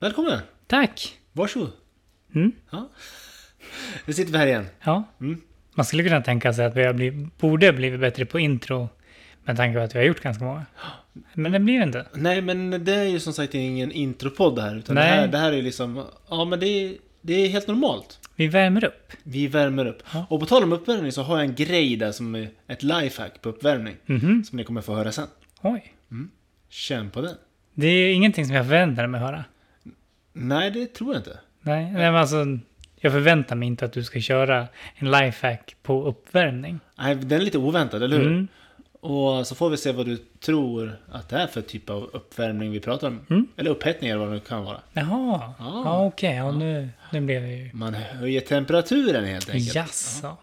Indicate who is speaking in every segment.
Speaker 1: Välkommen!
Speaker 2: Tack!
Speaker 1: Varsågod!
Speaker 2: Mm.
Speaker 1: Ja. Nu sitter vi här igen.
Speaker 2: Ja.
Speaker 1: Mm.
Speaker 2: Man skulle kunna tänka sig att vi har bliv- borde blivit bättre på intro med tanke på att vi har gjort ganska många. Men det blir det inte.
Speaker 1: Nej, men det är ju som sagt ingen intropodd här. Utan
Speaker 2: Nej.
Speaker 1: Det, här, det här är liksom... Ja, men det är, det är helt normalt.
Speaker 2: Vi värmer upp.
Speaker 1: Vi värmer upp.
Speaker 2: Ja.
Speaker 1: Och på tal om uppvärmning så har jag en grej där som är ett lifehack på uppvärmning.
Speaker 2: Mhm.
Speaker 1: Som ni kommer få höra sen.
Speaker 2: Oj.
Speaker 1: Känn på den.
Speaker 2: Det är ingenting som jag förväntade mig att höra.
Speaker 1: Nej, det tror jag inte.
Speaker 2: Nej, nej men alltså, jag förväntar mig inte att du ska köra en lifehack på uppvärmning.
Speaker 1: Nej, den är lite oväntad, eller hur?
Speaker 2: Mm.
Speaker 1: Och så får vi se vad du tror att det är för typ av uppvärmning vi pratar om.
Speaker 2: Mm.
Speaker 1: Eller upphettning eller vad det nu kan vara.
Speaker 2: Jaha,
Speaker 1: Ja.
Speaker 2: ja, okej. Ja, nu, nu blev jag ju...
Speaker 1: Man höjer temperaturen helt enkelt.
Speaker 2: Jaså.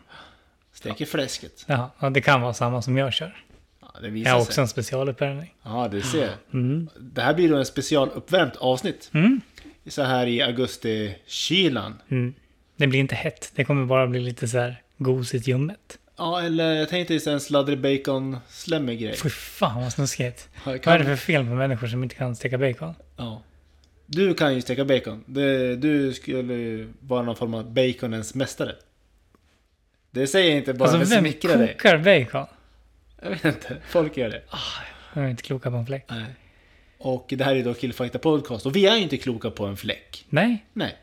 Speaker 1: Steker fläsket.
Speaker 2: Jaha, Ja, det kan vara samma som jag kör.
Speaker 1: Ja, det visar
Speaker 2: Jag har
Speaker 1: sig.
Speaker 2: också en specialuppvärmning.
Speaker 1: Ja, du ser.
Speaker 2: Mm.
Speaker 1: Det här blir då en specialuppvärmt avsnitt.
Speaker 2: Mm.
Speaker 1: Så här i augustikylan.
Speaker 2: Mm. Det blir inte hett. Det kommer bara bli lite så här gosigt ljummet.
Speaker 1: Ja, eller jag tänkte just en sladdrig bacon slemmig grej.
Speaker 2: Fy fan vad snuskigt.
Speaker 1: Ja,
Speaker 2: Vad är
Speaker 1: Kan,
Speaker 2: det för fel på människor som inte kan steka bacon?
Speaker 1: ja. Du kan ju steka bacon. Det- Du skulle ju vara någon form av baconens mästare. Det säger jag inte bara för
Speaker 2: Alltså
Speaker 1: att
Speaker 2: vem
Speaker 1: smickra dig.
Speaker 2: kokar bacon?
Speaker 1: Jag vet inte, folk gör det.
Speaker 2: De är inte kloka på en fläck.
Speaker 1: Nej. Och det här är då Killfakta Podcast och vi är ju inte kloka på en fläck.
Speaker 2: Nej,
Speaker 1: Nej,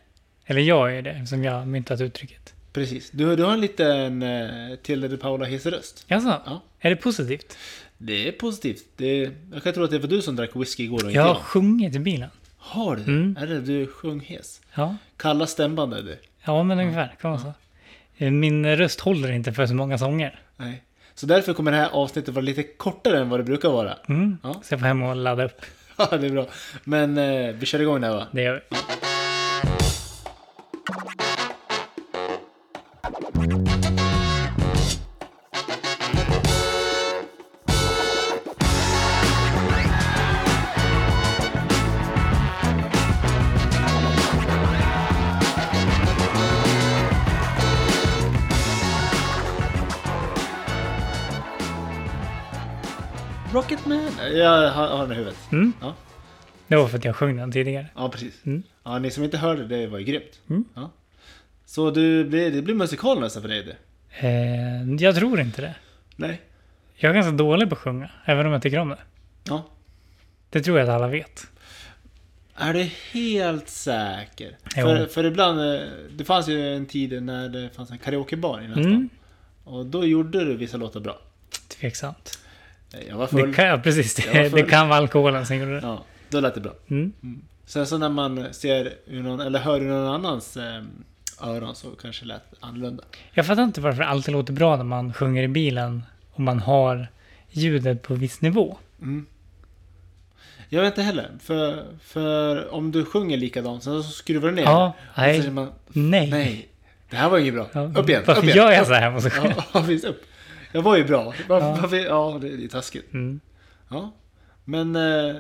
Speaker 2: eller jag är det som jag har myntat uttrycket.
Speaker 1: precis. Du, du har en liten eh, Tilde de Paula Hisse-röst.
Speaker 2: Jaså?
Speaker 1: Ja.
Speaker 2: Är det positivt?
Speaker 1: Det är positivt. Det, jag kan tro att det var du som drack whisky igår och inte
Speaker 2: Jag har
Speaker 1: jag.
Speaker 2: sjungit i bilen.
Speaker 1: Har du det?
Speaker 2: Mm.
Speaker 1: Är det du sjöng hes?
Speaker 2: Ja,
Speaker 1: Kalla stämband är det.
Speaker 2: ja men ungefär. Kan man säga. Eh, Min röst håller inte för så många sånger.
Speaker 1: Nej. Så därför kommer det här avsnittet vara lite kortare än vad det brukar vara.
Speaker 2: Mm.
Speaker 1: Ja.
Speaker 2: Så jag får hem och ladda upp.
Speaker 1: Ja, det är bra. Men eh, vi kör igång där va?
Speaker 2: Det gör vi.
Speaker 1: Rocketman! Jag har, har den i huvudet.
Speaker 2: Mm.
Speaker 1: Ja.
Speaker 2: Det var för att jag sjöng den tidigare.
Speaker 1: Ja, precis.
Speaker 2: Mm.
Speaker 1: Ja, ni som inte hörde, det var ju grymt.
Speaker 2: Mm.
Speaker 1: Ja. Så du, blir- det blir musikal nästan för dig
Speaker 2: Mm.
Speaker 1: det?
Speaker 2: Eh, jag tror inte det.
Speaker 1: Nej.
Speaker 2: Jag är ganska dålig på att sjunga, även om jag tycker om det.
Speaker 1: Ja.
Speaker 2: Det tror jag att alla vet.
Speaker 1: Är du helt säker?
Speaker 2: Jo.
Speaker 1: För, för ibland, eh, det fanns ju en tid när det fanns en karaokebar i nästan.
Speaker 2: Mm.
Speaker 1: Och då gjorde du vissa låtar bra. Eh,
Speaker 2: Tveksamt.
Speaker 1: Jag var full.
Speaker 2: Det kan, ja, precis.
Speaker 1: Jag var
Speaker 2: Det,
Speaker 1: full.
Speaker 2: det kan vara alkoholen som gjorde det.
Speaker 1: Ja, då lät det bra.
Speaker 2: Mm.
Speaker 1: Sen så när man ser ur någon, eller hör ur någon annans eh, öron så kanske det lät annorlunda.
Speaker 2: Jag fattar inte varför det alltid låter bra när man sjunger i bilen och man har ljudet på viss nivå.
Speaker 1: Mm. Jag vet inte heller. För, för om du sjunger likadant, sen så skruvar du ner.
Speaker 2: Ja,
Speaker 1: Så
Speaker 2: nej.
Speaker 1: känner man,
Speaker 2: Nej.
Speaker 1: nej. Det här var inget bra.
Speaker 2: Ja,
Speaker 1: Upp igen,
Speaker 2: Varför
Speaker 1: upp igen.
Speaker 2: gör jag så här? Måste jag...
Speaker 1: Ja, visst, upp. Jag var ju bra. Varför,
Speaker 2: Ja.
Speaker 1: varför, ja, det det är taskigt.
Speaker 2: Mm.
Speaker 1: Ja. Men eh,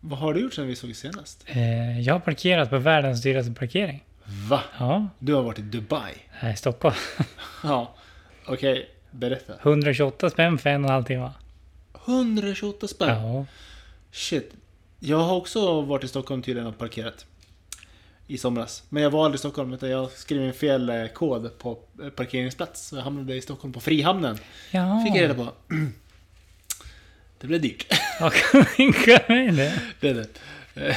Speaker 1: vad har du gjort sen vi såg senast?
Speaker 2: Eh, jag har parkerat på världens dyraste parkering.
Speaker 1: Va?
Speaker 2: Ja,
Speaker 1: Du har varit i Dubai?
Speaker 2: här i Stockholm.
Speaker 1: Ja. Okej, berätta.
Speaker 2: 128 spänn för en och en halv timme.
Speaker 1: 128 spänn?
Speaker 2: Ja.
Speaker 1: Shit. Jag har också varit i Stockholm tydligen och parkerat. I somras. Men jag var aldrig i Stockholm utan jag skrev in fel eh, kod på eh, parkeringsplats. Så jag hamnade i Stockholm på Frihamnen.
Speaker 2: ja.
Speaker 1: Fick jag reda på. Det blev dyrt.
Speaker 2: Ja, kan man tänka mig det.
Speaker 1: Det är det. Eh,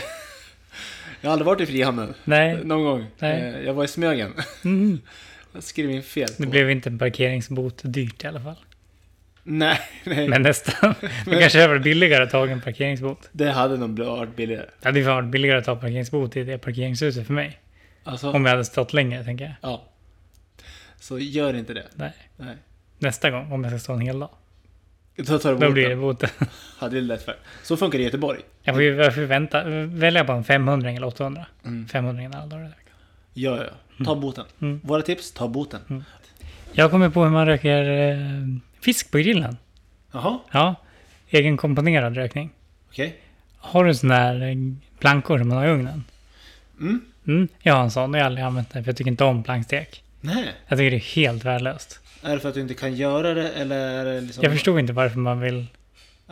Speaker 1: Jag har aldrig varit i Frihamnen.
Speaker 2: Nej.
Speaker 1: Någon gång.
Speaker 2: Nej.
Speaker 1: Eh, Jag var i Smögen.
Speaker 2: Mm.
Speaker 1: Jag skrev in fel.
Speaker 2: Det
Speaker 1: på-
Speaker 2: blev inte en parkeringsbot dyrt i alla fall.
Speaker 1: Nej, nej.
Speaker 2: Men nästan. Det kanske hade varit billigare att ta en parkeringsbot.
Speaker 1: Det hade nog blivit varit billigare.
Speaker 2: Det hade ju varit billigare att ta parkeringsbot i det parkeringshuset för mig.
Speaker 1: Alltså,
Speaker 2: Om jag hade stått längre, tänker jag.
Speaker 1: ja. Så gör inte det.
Speaker 2: Nej.
Speaker 1: Nej.
Speaker 2: Nästa gång, om jag ska stå en hel dag.
Speaker 1: Då tar du
Speaker 2: Då
Speaker 1: boten.
Speaker 2: blir det boten.
Speaker 1: Ja, det är lätt för. Så funkar det i Göteborg.
Speaker 2: Jag får ju jag får ju vänta. Välja bara en 500 eller 800.
Speaker 1: Mm.
Speaker 2: 500 alla dagar i veckan.
Speaker 1: Ja, ja, ja. Ta boten.
Speaker 2: Mm.
Speaker 1: Våra tips, ta boten.
Speaker 2: Jag kommer på hur man röker eh, fisk på grillen.
Speaker 1: Jaha,
Speaker 2: Ja. Egenkomponerad rökning.
Speaker 1: okej.
Speaker 2: Har du en sån där eh, plankor som man har i ugnen?
Speaker 1: Mm.
Speaker 2: Mm, jag har en sån och jag har aldrig använt den för jag tycker inte om plankstek.
Speaker 1: Nej.
Speaker 2: Jag tycker det är helt värdelöst.
Speaker 1: Är det för att du inte kan göra det eller är det liksom
Speaker 2: Jag förstår inte varför man vill...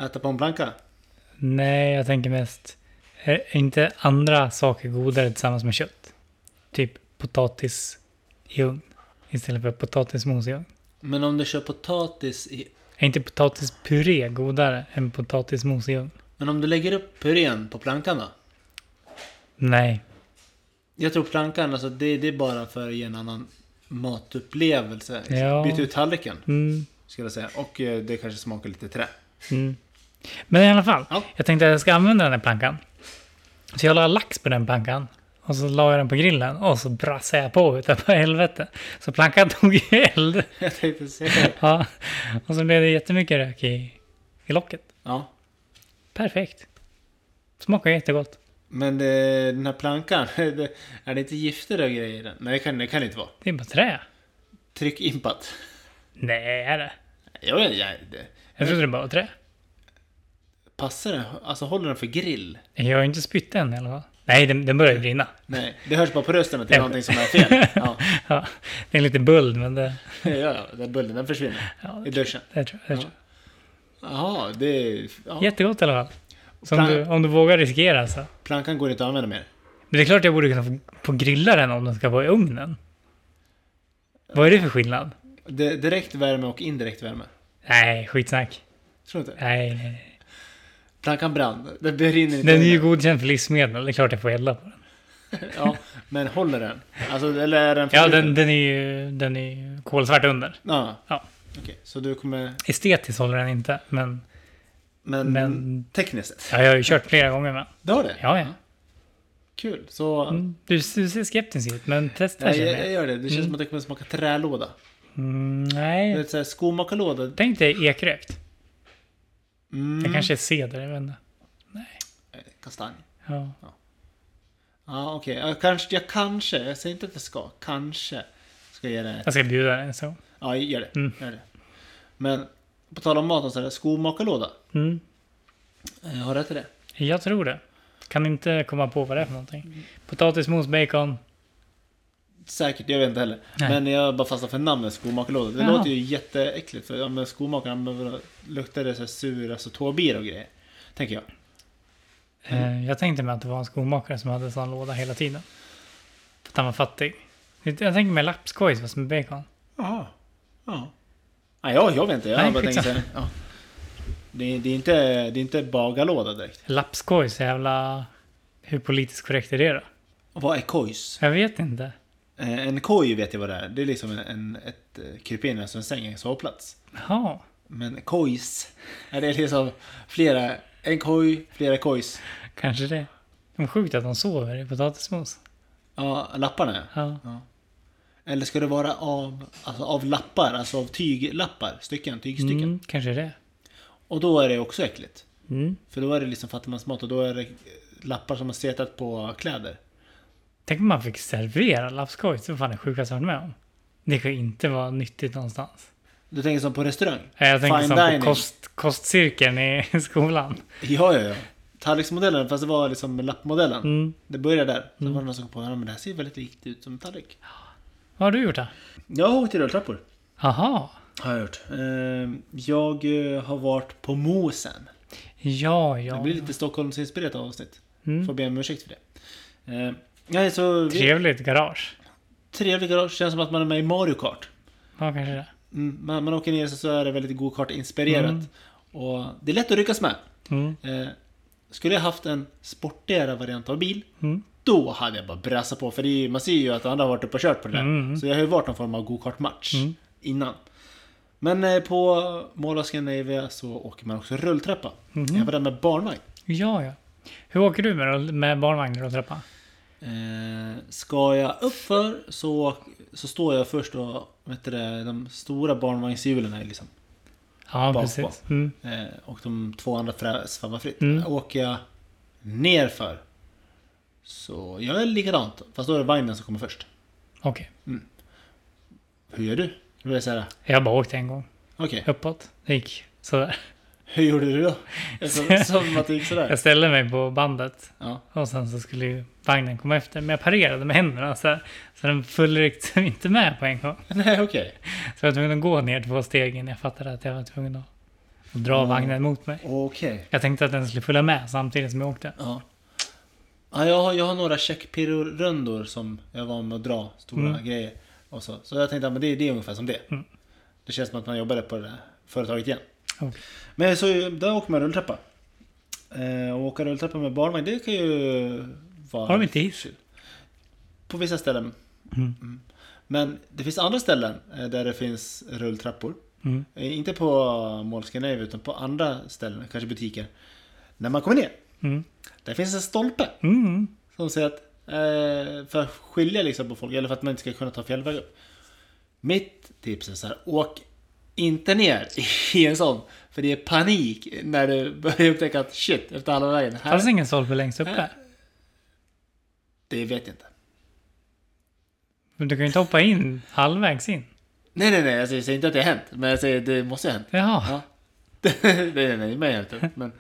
Speaker 1: äta på en blanka?
Speaker 2: Nej, jag tänker mest... Är inte andra saker godare tillsammans med kött? Typ potatis i ugn istället för potatismos i ugn.
Speaker 1: Men om du kör potatis i...
Speaker 2: Är inte potatispuré godare än potatismos i ugn?
Speaker 1: Men om du lägger upp purén på plankan då?
Speaker 2: Nej.
Speaker 1: Jag tror plankan, alltså det, det är bara för att ge en annan matupplevelse.
Speaker 2: Ja.
Speaker 1: Byta ut tallriken,
Speaker 2: Mm.
Speaker 1: skulle jag säga. Och eh, det kanske smakar lite trä.
Speaker 2: Mm. Men i alla fall,
Speaker 1: Ja.
Speaker 2: jag tänkte att jag ska använda den här plankan. Så jag la lax på den plankan. Och så la jag den på grillen och så brassade jag på utav på helvete. Så plankan tog ju eld.
Speaker 1: Jag tänkte säga det.
Speaker 2: Ja. Och så blev det jättemycket rök i, i locket.
Speaker 1: Ja.
Speaker 2: Perfekt. Smakar jättegott.
Speaker 1: Men det, den här plankan, det, är det inte gifter och grejer i den? Nej, det kan det kan det inte vara.
Speaker 2: Det är bara trä.
Speaker 1: Tryck impat.
Speaker 2: Nej, är det?
Speaker 1: Jag vet inte, jag- det-
Speaker 2: Jag trodde det bara var trä.
Speaker 1: Passar den? Alltså håller den för grill?
Speaker 2: Jag har ju inte spytt än i alla fall. Nej, den, den börjar ju brinna.
Speaker 1: Nej, det hörs bara på rösten att det är
Speaker 2: Ja.
Speaker 1: någonting som är fel. Ja,
Speaker 2: Ja, det är lite böld, men det...
Speaker 1: ja, ja den bullen den försvinner
Speaker 2: Ja,
Speaker 1: i duschen.
Speaker 2: det tror jag. Det tror
Speaker 1: Jaha, det är...
Speaker 2: jag.
Speaker 1: Ja,
Speaker 2: Jättegott i alla fall. Så om
Speaker 1: Plan-
Speaker 2: du, om du vågar riskera så.
Speaker 1: plankan går inte att använda mer.
Speaker 2: Men det är klart jag borde kunna få, få grilla den om den ska vara i ugnen. Vad är det för skillnad?
Speaker 1: Det, direkt värme och indirekt värme.
Speaker 2: Nej, skitsnack.
Speaker 1: Tror du inte?
Speaker 2: Nej, nej, nej.
Speaker 1: Plankan brann. Den brinner inte.
Speaker 2: Den är ju
Speaker 1: under.
Speaker 2: godkänd för livsmedel. Det är klart jag får elda på den.
Speaker 1: Ja, men håller den? Alltså, eller är den
Speaker 2: Ja,
Speaker 1: förbjuden?
Speaker 2: den, den är ju den är ju kolsvart under.
Speaker 1: Ja.
Speaker 2: Ja.
Speaker 1: Okej, så du kommer...
Speaker 2: Estetiskt håller den inte, men
Speaker 1: Men,
Speaker 2: Men-
Speaker 1: tekniskt sett?
Speaker 2: ja, jag har ju kört flera gånger med.
Speaker 1: Du har det?
Speaker 2: Ja, ja.
Speaker 1: Kul. Så...
Speaker 2: Mm. Du, du ser skeptisk ut, men testa
Speaker 1: Nej,
Speaker 2: känner
Speaker 1: jag, jag
Speaker 2: jag.
Speaker 1: gör det. Det känns
Speaker 2: Mm.
Speaker 1: som att det kommer smaka trälåda.
Speaker 2: Mm, nej,
Speaker 1: Mm. Så här, skomakarlåda.
Speaker 2: tänk dig ekrökt.
Speaker 1: Mm.
Speaker 2: Det kanske är ceder, jag vet inte.
Speaker 1: Eh, Kastanj.
Speaker 2: Ja.
Speaker 1: Ja, okej. Ja, kanske, jag kanske, jag säger inte att jag ska, kanske ska jag ge det.
Speaker 2: Jag ska bjuda den så.
Speaker 1: Ja, gör det.
Speaker 2: Mm.
Speaker 1: Gör det. Men på tal om mat, och så här, skomakarlåda.
Speaker 2: Mm.
Speaker 1: Eh, Har jag rätt i det?
Speaker 2: Jag tror det. Kan inte komma på vad det är för
Speaker 1: Mm.
Speaker 2: någonting. Potatismos, bacon.
Speaker 1: Säkert, jag vet inte heller.
Speaker 2: Nej.
Speaker 1: Men jag bara fastnar för namnet skomakarlåda. Det
Speaker 2: Jaha.
Speaker 1: låter ju jätteäckligt. För ja, men skomakaren men vadå, luktar det så här sur, alltså tåbir och grejer. Tänker jag. Mm.
Speaker 2: Eh, Jag tänkte mig att det var en skomakare som hade en sån låda hela tiden. För att han var fattig. Jag tänker mig lapskojs fast med bacon.
Speaker 1: Jaha. Ja. Nej, jag, jag vet inte. Jag
Speaker 2: Nej,
Speaker 1: bara tänker så
Speaker 2: skitsamma.
Speaker 1: här, ja. det, är- det, är inte, det är inte bagarlåda direkt.
Speaker 2: Lapskojs, jävla... Hur politiskt korrekt är det då?
Speaker 1: Och Vad är kojs?
Speaker 2: Jag vet inte.
Speaker 1: Eh, En koj vet jag vad det är. Det är liksom en, en, ett eh, krypin, alltså en säng, en sovplats.
Speaker 2: Jaha.
Speaker 1: Men kojs, är det är liksom flera, en koj, flera kojs.
Speaker 2: Kanske det. Det är sjukt att de sover i potatismos.
Speaker 1: Ja, lapparna ja.
Speaker 2: Ja.
Speaker 1: ja. Eller ska det vara av, alltså av lappar, alltså av tyglappar, stycken, tygstycken.
Speaker 2: Mm, kanske det.
Speaker 1: Och då är det också äckligt.
Speaker 2: Mm.
Speaker 1: För då är det liksom fattigmansmat och då är det eh, lappar som har setat på kläder.
Speaker 2: Tänk om man fick servera lapskojs. Det var fan det sjukaste jag varit med om. Det kan ju inte vara nyttigt någonstans.
Speaker 1: Du tänker som på restaurang?
Speaker 2: Nej, Jag tänker
Speaker 1: Fine
Speaker 2: som
Speaker 1: dining.
Speaker 2: på kost, kostcirkeln i skolan.
Speaker 1: Ja, ja, ja. Tallriksmodellen, fast det var liksom lappmodellen.
Speaker 2: Mm.
Speaker 1: Det började där. Sen var det någon som kom på att men det här ser väldigt likt ut som en tallrik.
Speaker 2: Vad har du gjort då?
Speaker 1: Jag har åkt i rulltrappor.
Speaker 2: Aha.
Speaker 1: Har jag gjort. Ehm, Jag eh, har varit på Mosen.
Speaker 2: Ja, ja.
Speaker 1: Det blir lite Stockholmsinspirerat avsnitt.
Speaker 2: Mm.
Speaker 1: Får be om ursäkt för det. Ehm, Nej, så... vi-
Speaker 2: Trevligt garage.
Speaker 1: Trevlig garage. Känns som att man är med i Mario Kart.
Speaker 2: Ja, kanske det.
Speaker 1: Mm, Man, man åker ner så- så är det väldigt go-kart-inspirerat.
Speaker 2: Mm.
Speaker 1: Och det är lätt att ryckas med.
Speaker 2: Mm.
Speaker 1: Eh, Skulle jag haft en sportigare variant av bil,
Speaker 2: Mm.
Speaker 1: då hade jag bara brassat på. För det är, ju- man ser ju att andra har varit uppe och kört på det där.
Speaker 2: Mm.
Speaker 1: Så jag har ju varit någon form av go-kart-match
Speaker 2: Mm.
Speaker 1: innan. Men eh, på Mall of Scandinavia så åker man också rulltrappa.
Speaker 2: Mhm.
Speaker 1: Jag var där med barnvagn.
Speaker 2: Ja, ja. Hur åker du med, rull- med barnvagn och trappa?
Speaker 1: Eh, ska jag uppför så, så står jag först och vet du, det, de stora barnvagnshjulen är liksom.
Speaker 2: Ja,
Speaker 1: Bak,
Speaker 2: precis. Mm.
Speaker 1: Eh, och de två andra frä- svävar fritt.
Speaker 2: Mm.
Speaker 1: Åker jag nerför så gör jag likadant. Fast då är det vagnen som kommer först.
Speaker 2: Okej.
Speaker 1: Hur gör du? Då blir det så här.
Speaker 2: Jag har bara åkt en gång.
Speaker 1: Okej,
Speaker 2: Uppåt. Det gick sådär.
Speaker 1: hur gjorde du då? Som, som att det gick sådär?
Speaker 2: Jag ställde mig på bandet
Speaker 1: Ja.
Speaker 2: och sen så skulle ju vagnen komma efter. Men jag parerade med händerna så, här, så den fullryckte inte med på en gång.
Speaker 1: Nej, okej.
Speaker 2: Så jag var tvungen att gå ner två steg innan jag fattade att jag var tvungen att dra
Speaker 1: Mm.
Speaker 2: vagnen mot mig.
Speaker 1: Okej.
Speaker 2: Jag tänkte att den skulle följa med samtidigt som jag åkte.
Speaker 1: Ja. Ja, jag, har, jag har några checkpirror-rundor som jag var med att dra stora
Speaker 2: Mm.
Speaker 1: grejer. Och så. så jag tänkte att men det, det är ungefär som det. Det känns som att man jobbade på det där företaget igen.
Speaker 2: Ja.
Speaker 1: Men så där åker man rulltrappa. Eh, och åka rulltrappa med barnvagn, det kan ju vara...
Speaker 2: Har de inte hiss?
Speaker 1: På vissa ställen. Mm. Men det finns andra ställen eh, där det finns rulltrappor.
Speaker 2: Mm.
Speaker 1: Eh, Inte på Mall Scandinavia utan på andra ställen, kanske butiker. När man kommer ner,
Speaker 2: Mm.
Speaker 1: där finns en stolpe
Speaker 2: Mm.
Speaker 1: som säger att eh, för att skilja liksom på folk, eller för att man inte ska kunna ta fel väg upp. Mitt tips är så här, åk inte ner i en sån. För det är panik när du börjar upptäcka att shit, efter halva vägen.
Speaker 2: Fanns
Speaker 1: Här,
Speaker 2: ingen stolpe längst upp där?
Speaker 1: det vet jag inte.
Speaker 2: Men du kan ju inte hoppa in halvvägs in.
Speaker 1: Nej, nej, nej, alltså, jag säger inte att det har hänt, men jag säger det måste ju ha hänt.
Speaker 2: Jaha.
Speaker 1: Ja. nej, nej, nej, mig har jag inte. Men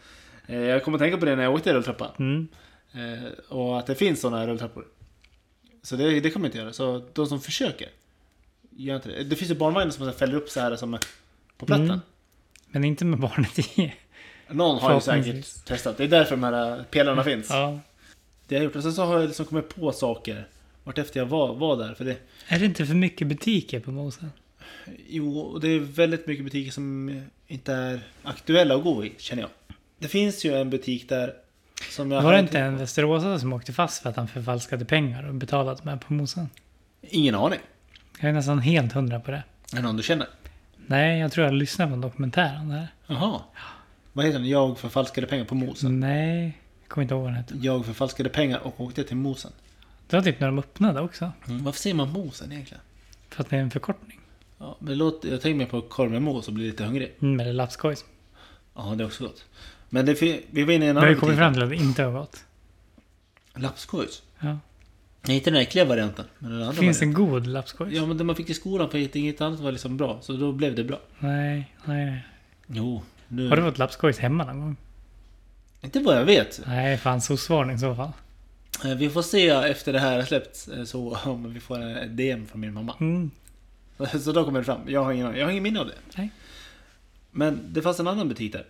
Speaker 1: eh, jag kommer att tänka på det när jag åkte rulltrappa.
Speaker 2: Mm.
Speaker 1: Eh, och att det finns sådana här rulltrappor. Så det, det kommer jag inte göra. Så de som försöker, gör inte det. Det finns ju barnvagnar som så här fäller upp så här som på plattan.
Speaker 2: Mm. Men inte med barnet i.
Speaker 1: Någon har ju
Speaker 2: Förhoppningsvis.
Speaker 1: säkert testat. Det är därför de här eh, pelarna finns.
Speaker 2: Mm. Ja.
Speaker 1: Det har jag gjort. Och sen så har jag liksom kommit på saker vartefter jag var, var där. För det,
Speaker 2: Är det inte för mycket butiker på Mosen?
Speaker 1: Jo, och det är väldigt mycket butiker som inte är aktuella att gå i, känner jag. Det finns ju en butik där som jag... typ-
Speaker 2: Var det
Speaker 1: har-
Speaker 2: inte en västeråsare som åkte fast för att han förfalskade pengar och betalat med på Mosen?
Speaker 1: Ingen aning.
Speaker 2: Jag är nästan helt hundra på det.
Speaker 1: Är det någon du känner?
Speaker 2: Nej, jag tror jag lyssnade på en dokumentär om det här.
Speaker 1: Jaha. Vad heter den? Jag förfalskade pengar på Mosen.
Speaker 2: Mm. Nej, jag kommer inte ihåg vad den hette.
Speaker 1: Jag förfalskade pengar och åkte till Mosen.
Speaker 2: Det var typ när de öppnade också.
Speaker 1: Mm, Varför säger man Mosen egentligen?
Speaker 2: För att det är en förkortning.
Speaker 1: Ja, men låt, jag tänker mig på korv med mos och blir lite hungrig.
Speaker 2: Mm, eller lapskojs.
Speaker 1: Ja, det är också gott. Men det, fi- vi var inne i en
Speaker 2: Men
Speaker 1: annan
Speaker 2: vi kommit fram till att det inte har gått.
Speaker 1: Lapskojs.
Speaker 2: Ja.
Speaker 1: Nej, inte den äckliga varianten. Men den andra
Speaker 2: Finns
Speaker 1: varianten.
Speaker 2: en god lapskojs?
Speaker 1: Ja, men det man fick i skolan för att inget annat var liksom bra. Så då blev det bra.
Speaker 2: Nej, nej, nej.
Speaker 1: Jo. Nu...
Speaker 2: Har du fått lapskojs hemma någon gång?
Speaker 1: Inte vad jag vet.
Speaker 2: Nej, fan sosvarning i så fall.
Speaker 1: Eh, Vi får se efter det här har släppts eh, så om vi får en DM från min mamma.
Speaker 2: Mm.
Speaker 1: Så då kommer det fram. Jag har ingen, aning. jag har ingen minne av det.
Speaker 2: Nej.
Speaker 1: Men det fanns en annan butik där.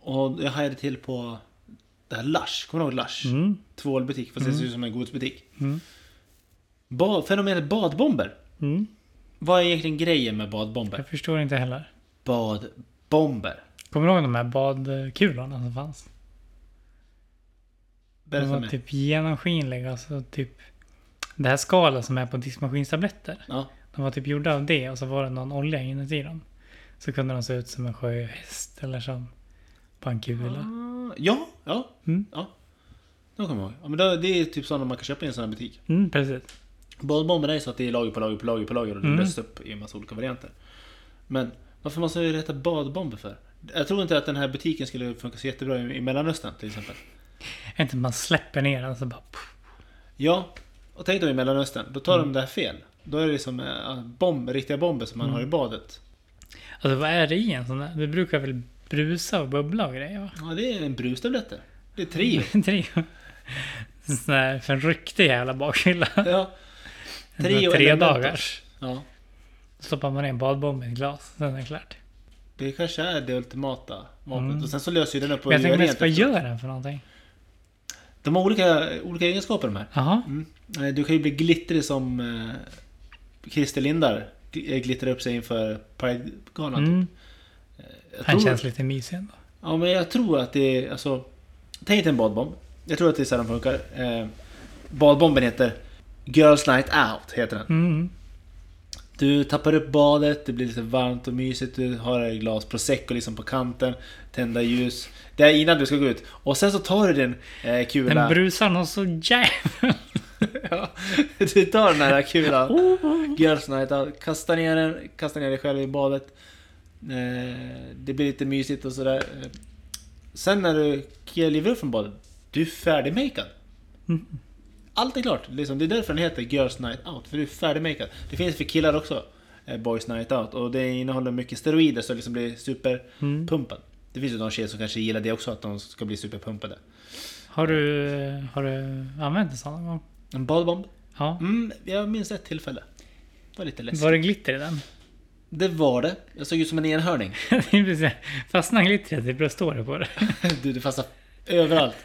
Speaker 1: Och jag hajade till på det här Lush. Kommer du ihåg Lush?
Speaker 2: Mm.
Speaker 1: Tvålbutik, fast det ser ut som en godisbutik.
Speaker 2: Mm.
Speaker 1: Ba- fenomenet badbomber.
Speaker 2: Mm.
Speaker 1: Vad är egentligen grejen med badbomber?
Speaker 2: Jag förstår inte heller.
Speaker 1: Badbomber.
Speaker 2: Kommer du ihåg de här badkulorna som fanns? De
Speaker 1: Berätta
Speaker 2: var
Speaker 1: mer.
Speaker 2: typ genomskinliga. Alltså typ det här skalet som är på diskmaskinstabletter.
Speaker 1: Ja.
Speaker 2: De var typ gjorda av det och så var det någon olja inuti dem. Så kunde de se ut som en sjöhäst eller som på en kula.
Speaker 1: Ah, Ja, ja.
Speaker 2: Mm.
Speaker 1: ja. De kommer jag ihåg. Ja, men det, det är typ sådana man kan köpa i en sån här butik.
Speaker 2: Mm, precis.
Speaker 1: Badbomber är ju så att det är lager på lager på lager på lager och det
Speaker 2: Mm.
Speaker 1: löses upp i en massa olika varianter. Men varför måste man ju heta badbomber för? Jag tror inte att den här butiken skulle funka så jättebra i i Mellanöstern till exempel.
Speaker 2: Är inte att man släpper ner den så bara... Pff.
Speaker 1: Ja, och tänk då i Mellanöstern. Då tar
Speaker 2: Mm.
Speaker 1: de det här fel. Då är det som eh, bomb, riktiga bomber som man
Speaker 2: Mm.
Speaker 1: har i badet.
Speaker 2: Alltså vad är det i en sån där? Det brukar väl brusa och bubbla och grejer va?
Speaker 1: Ja, det är en brustabletter. Det är
Speaker 2: Mm.
Speaker 1: trio.
Speaker 2: Trio. Sån där för en riktig jävla bakfylla.
Speaker 1: Ja.
Speaker 2: En sån här Tre
Speaker 1: elementos.
Speaker 2: dagars.
Speaker 1: Ja.
Speaker 2: Stoppar man i en badbomb i ett glas. Sen är det klart.
Speaker 1: Det kanske är det ultimata vapnet.
Speaker 2: Mm.
Speaker 1: Och sen så löser ju den upp och
Speaker 2: Men jag
Speaker 1: gör
Speaker 2: tänker mest,
Speaker 1: rent.
Speaker 2: vad
Speaker 1: efteråt.
Speaker 2: gör den för någonting?
Speaker 1: De har olika, olika egenskaper de här.
Speaker 2: Jaha.
Speaker 1: Mm. Eh, Du kan ju bli glittrig som eh, Christer Lindar gl- eh, glittrar upp sig inför Pride-galan.
Speaker 2: Mm.
Speaker 1: Jag
Speaker 2: Han
Speaker 1: tror-
Speaker 2: känns lite mysig ändå.
Speaker 1: Ja, men jag tror att det är... Alltså, tänk dig en badbomb. Jag tror att det är så här den funkar. Eh, badbomben heter Girls Night Out. Heter den.
Speaker 2: Mm.
Speaker 1: Du tappar upp badet, det blir lite varmt och mysigt. Du har ett glas prosecco liksom på kanten. Tända ljus. Det är innan du ska gå ut. Och sen så tar du din eh, kula.
Speaker 2: Den brusar någon så jävla...
Speaker 1: Ja, du tar den här kulan.
Speaker 2: Oh
Speaker 1: Girls night out. Kasta ner den, kasta ner dig själv i badet. Eh, Det blir lite mysigt och sådär. Eh, Sen när du kliver upp från badet, du är färdigmakead.
Speaker 2: Mm.
Speaker 1: Allt är klart. Liksom, det är därför den heter Girls night out, för du är färdigmakead. Det finns för killar också, eh, Boys night out. Och det innehåller mycket steroider så liksom blir
Speaker 2: Mm.
Speaker 1: superpumpad. Det finns ju de tjejer som kanske gillar det också, att de ska bli superpumpade.
Speaker 2: Har du, har du använt en sån någon gång?
Speaker 1: En badbomb?
Speaker 2: Ja.
Speaker 1: Mm, jag minns ett tillfälle. Det var lite läskigt.
Speaker 2: Var det glitter i den?
Speaker 1: Det var det. Jag såg ut som en enhörning.
Speaker 2: Det blir så här- Fastnar glittret i brösthåret på det?
Speaker 1: Du, det fastnade överallt.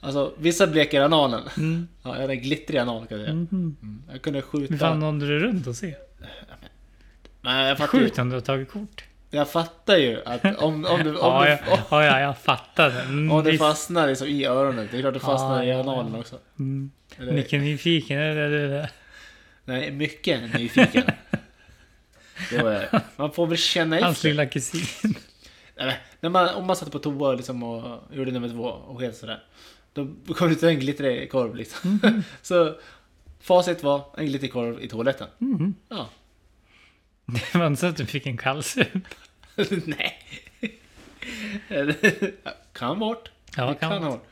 Speaker 1: Alltså vissa bleker analen.
Speaker 2: Mm.
Speaker 1: Ja, jag hade en glittrig anal kan jag säga.
Speaker 2: Mhm.
Speaker 1: Mm. Jag kunde skjuta.
Speaker 2: Hur fan nådde du runt och se?
Speaker 1: Nej, jag fattar, ju,
Speaker 2: Sjukt om du har tagit kort.
Speaker 1: jag fattar ju att om, om du, om
Speaker 2: Ja,
Speaker 1: du,
Speaker 2: jag, ja, ja, jag fattade. Mm,
Speaker 1: om du
Speaker 2: visst.
Speaker 1: fastnar liksom i öronen. Det är klart du fastnar
Speaker 2: Ja,
Speaker 1: i
Speaker 2: ja, ja.
Speaker 1: analen också.
Speaker 2: Mm.
Speaker 1: Eller,
Speaker 2: Mycket nyfiken. Det, det, det, det.
Speaker 1: Nej, mycket nyfiken. det var jag. Man får väl känna
Speaker 2: Hans
Speaker 1: efter.
Speaker 2: lilla kusin.
Speaker 1: Nej, men när man, om man satt på toa liksom och gjorde nummer två och helt sådär. Då kom det ut en glittrig korv liksom.
Speaker 2: Mhm.
Speaker 1: Så facit var en glittrig korv i toaletten.
Speaker 2: Mhm.
Speaker 1: Ja.
Speaker 2: Det var inte så att du fick en kallsup.
Speaker 1: Nej. kan bort.
Speaker 2: Ja,
Speaker 1: Det
Speaker 2: kan
Speaker 1: kan
Speaker 2: vara.
Speaker 1: bort.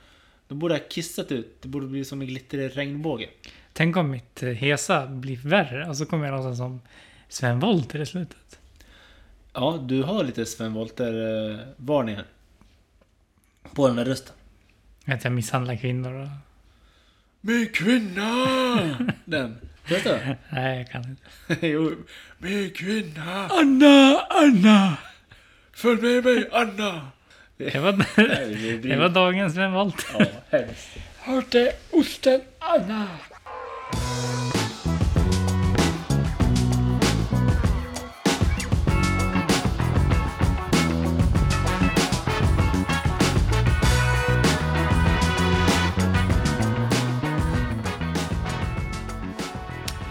Speaker 1: Då borde jag ha kissat ut. Det borde bli som en glittrig regnbåge.
Speaker 2: Tänk om mitt eh, hesa blir värre och så kommer jag låta som Sven Wollter i slutet.
Speaker 1: Ja, du har lite Sven Wollter-varningar. På den där rösten.
Speaker 2: Att jag misshandlar kvinnor och...
Speaker 1: Min kvinna! Den. Vet du?
Speaker 2: Nej, jag kan inte.
Speaker 1: jo. Min kvinna!
Speaker 2: Anna! Anna!
Speaker 1: Följ med mig, Anna!
Speaker 2: Det var, det var dagens Sven Wollter.
Speaker 1: Ja, hemskt.
Speaker 2: Hörde osten Anna?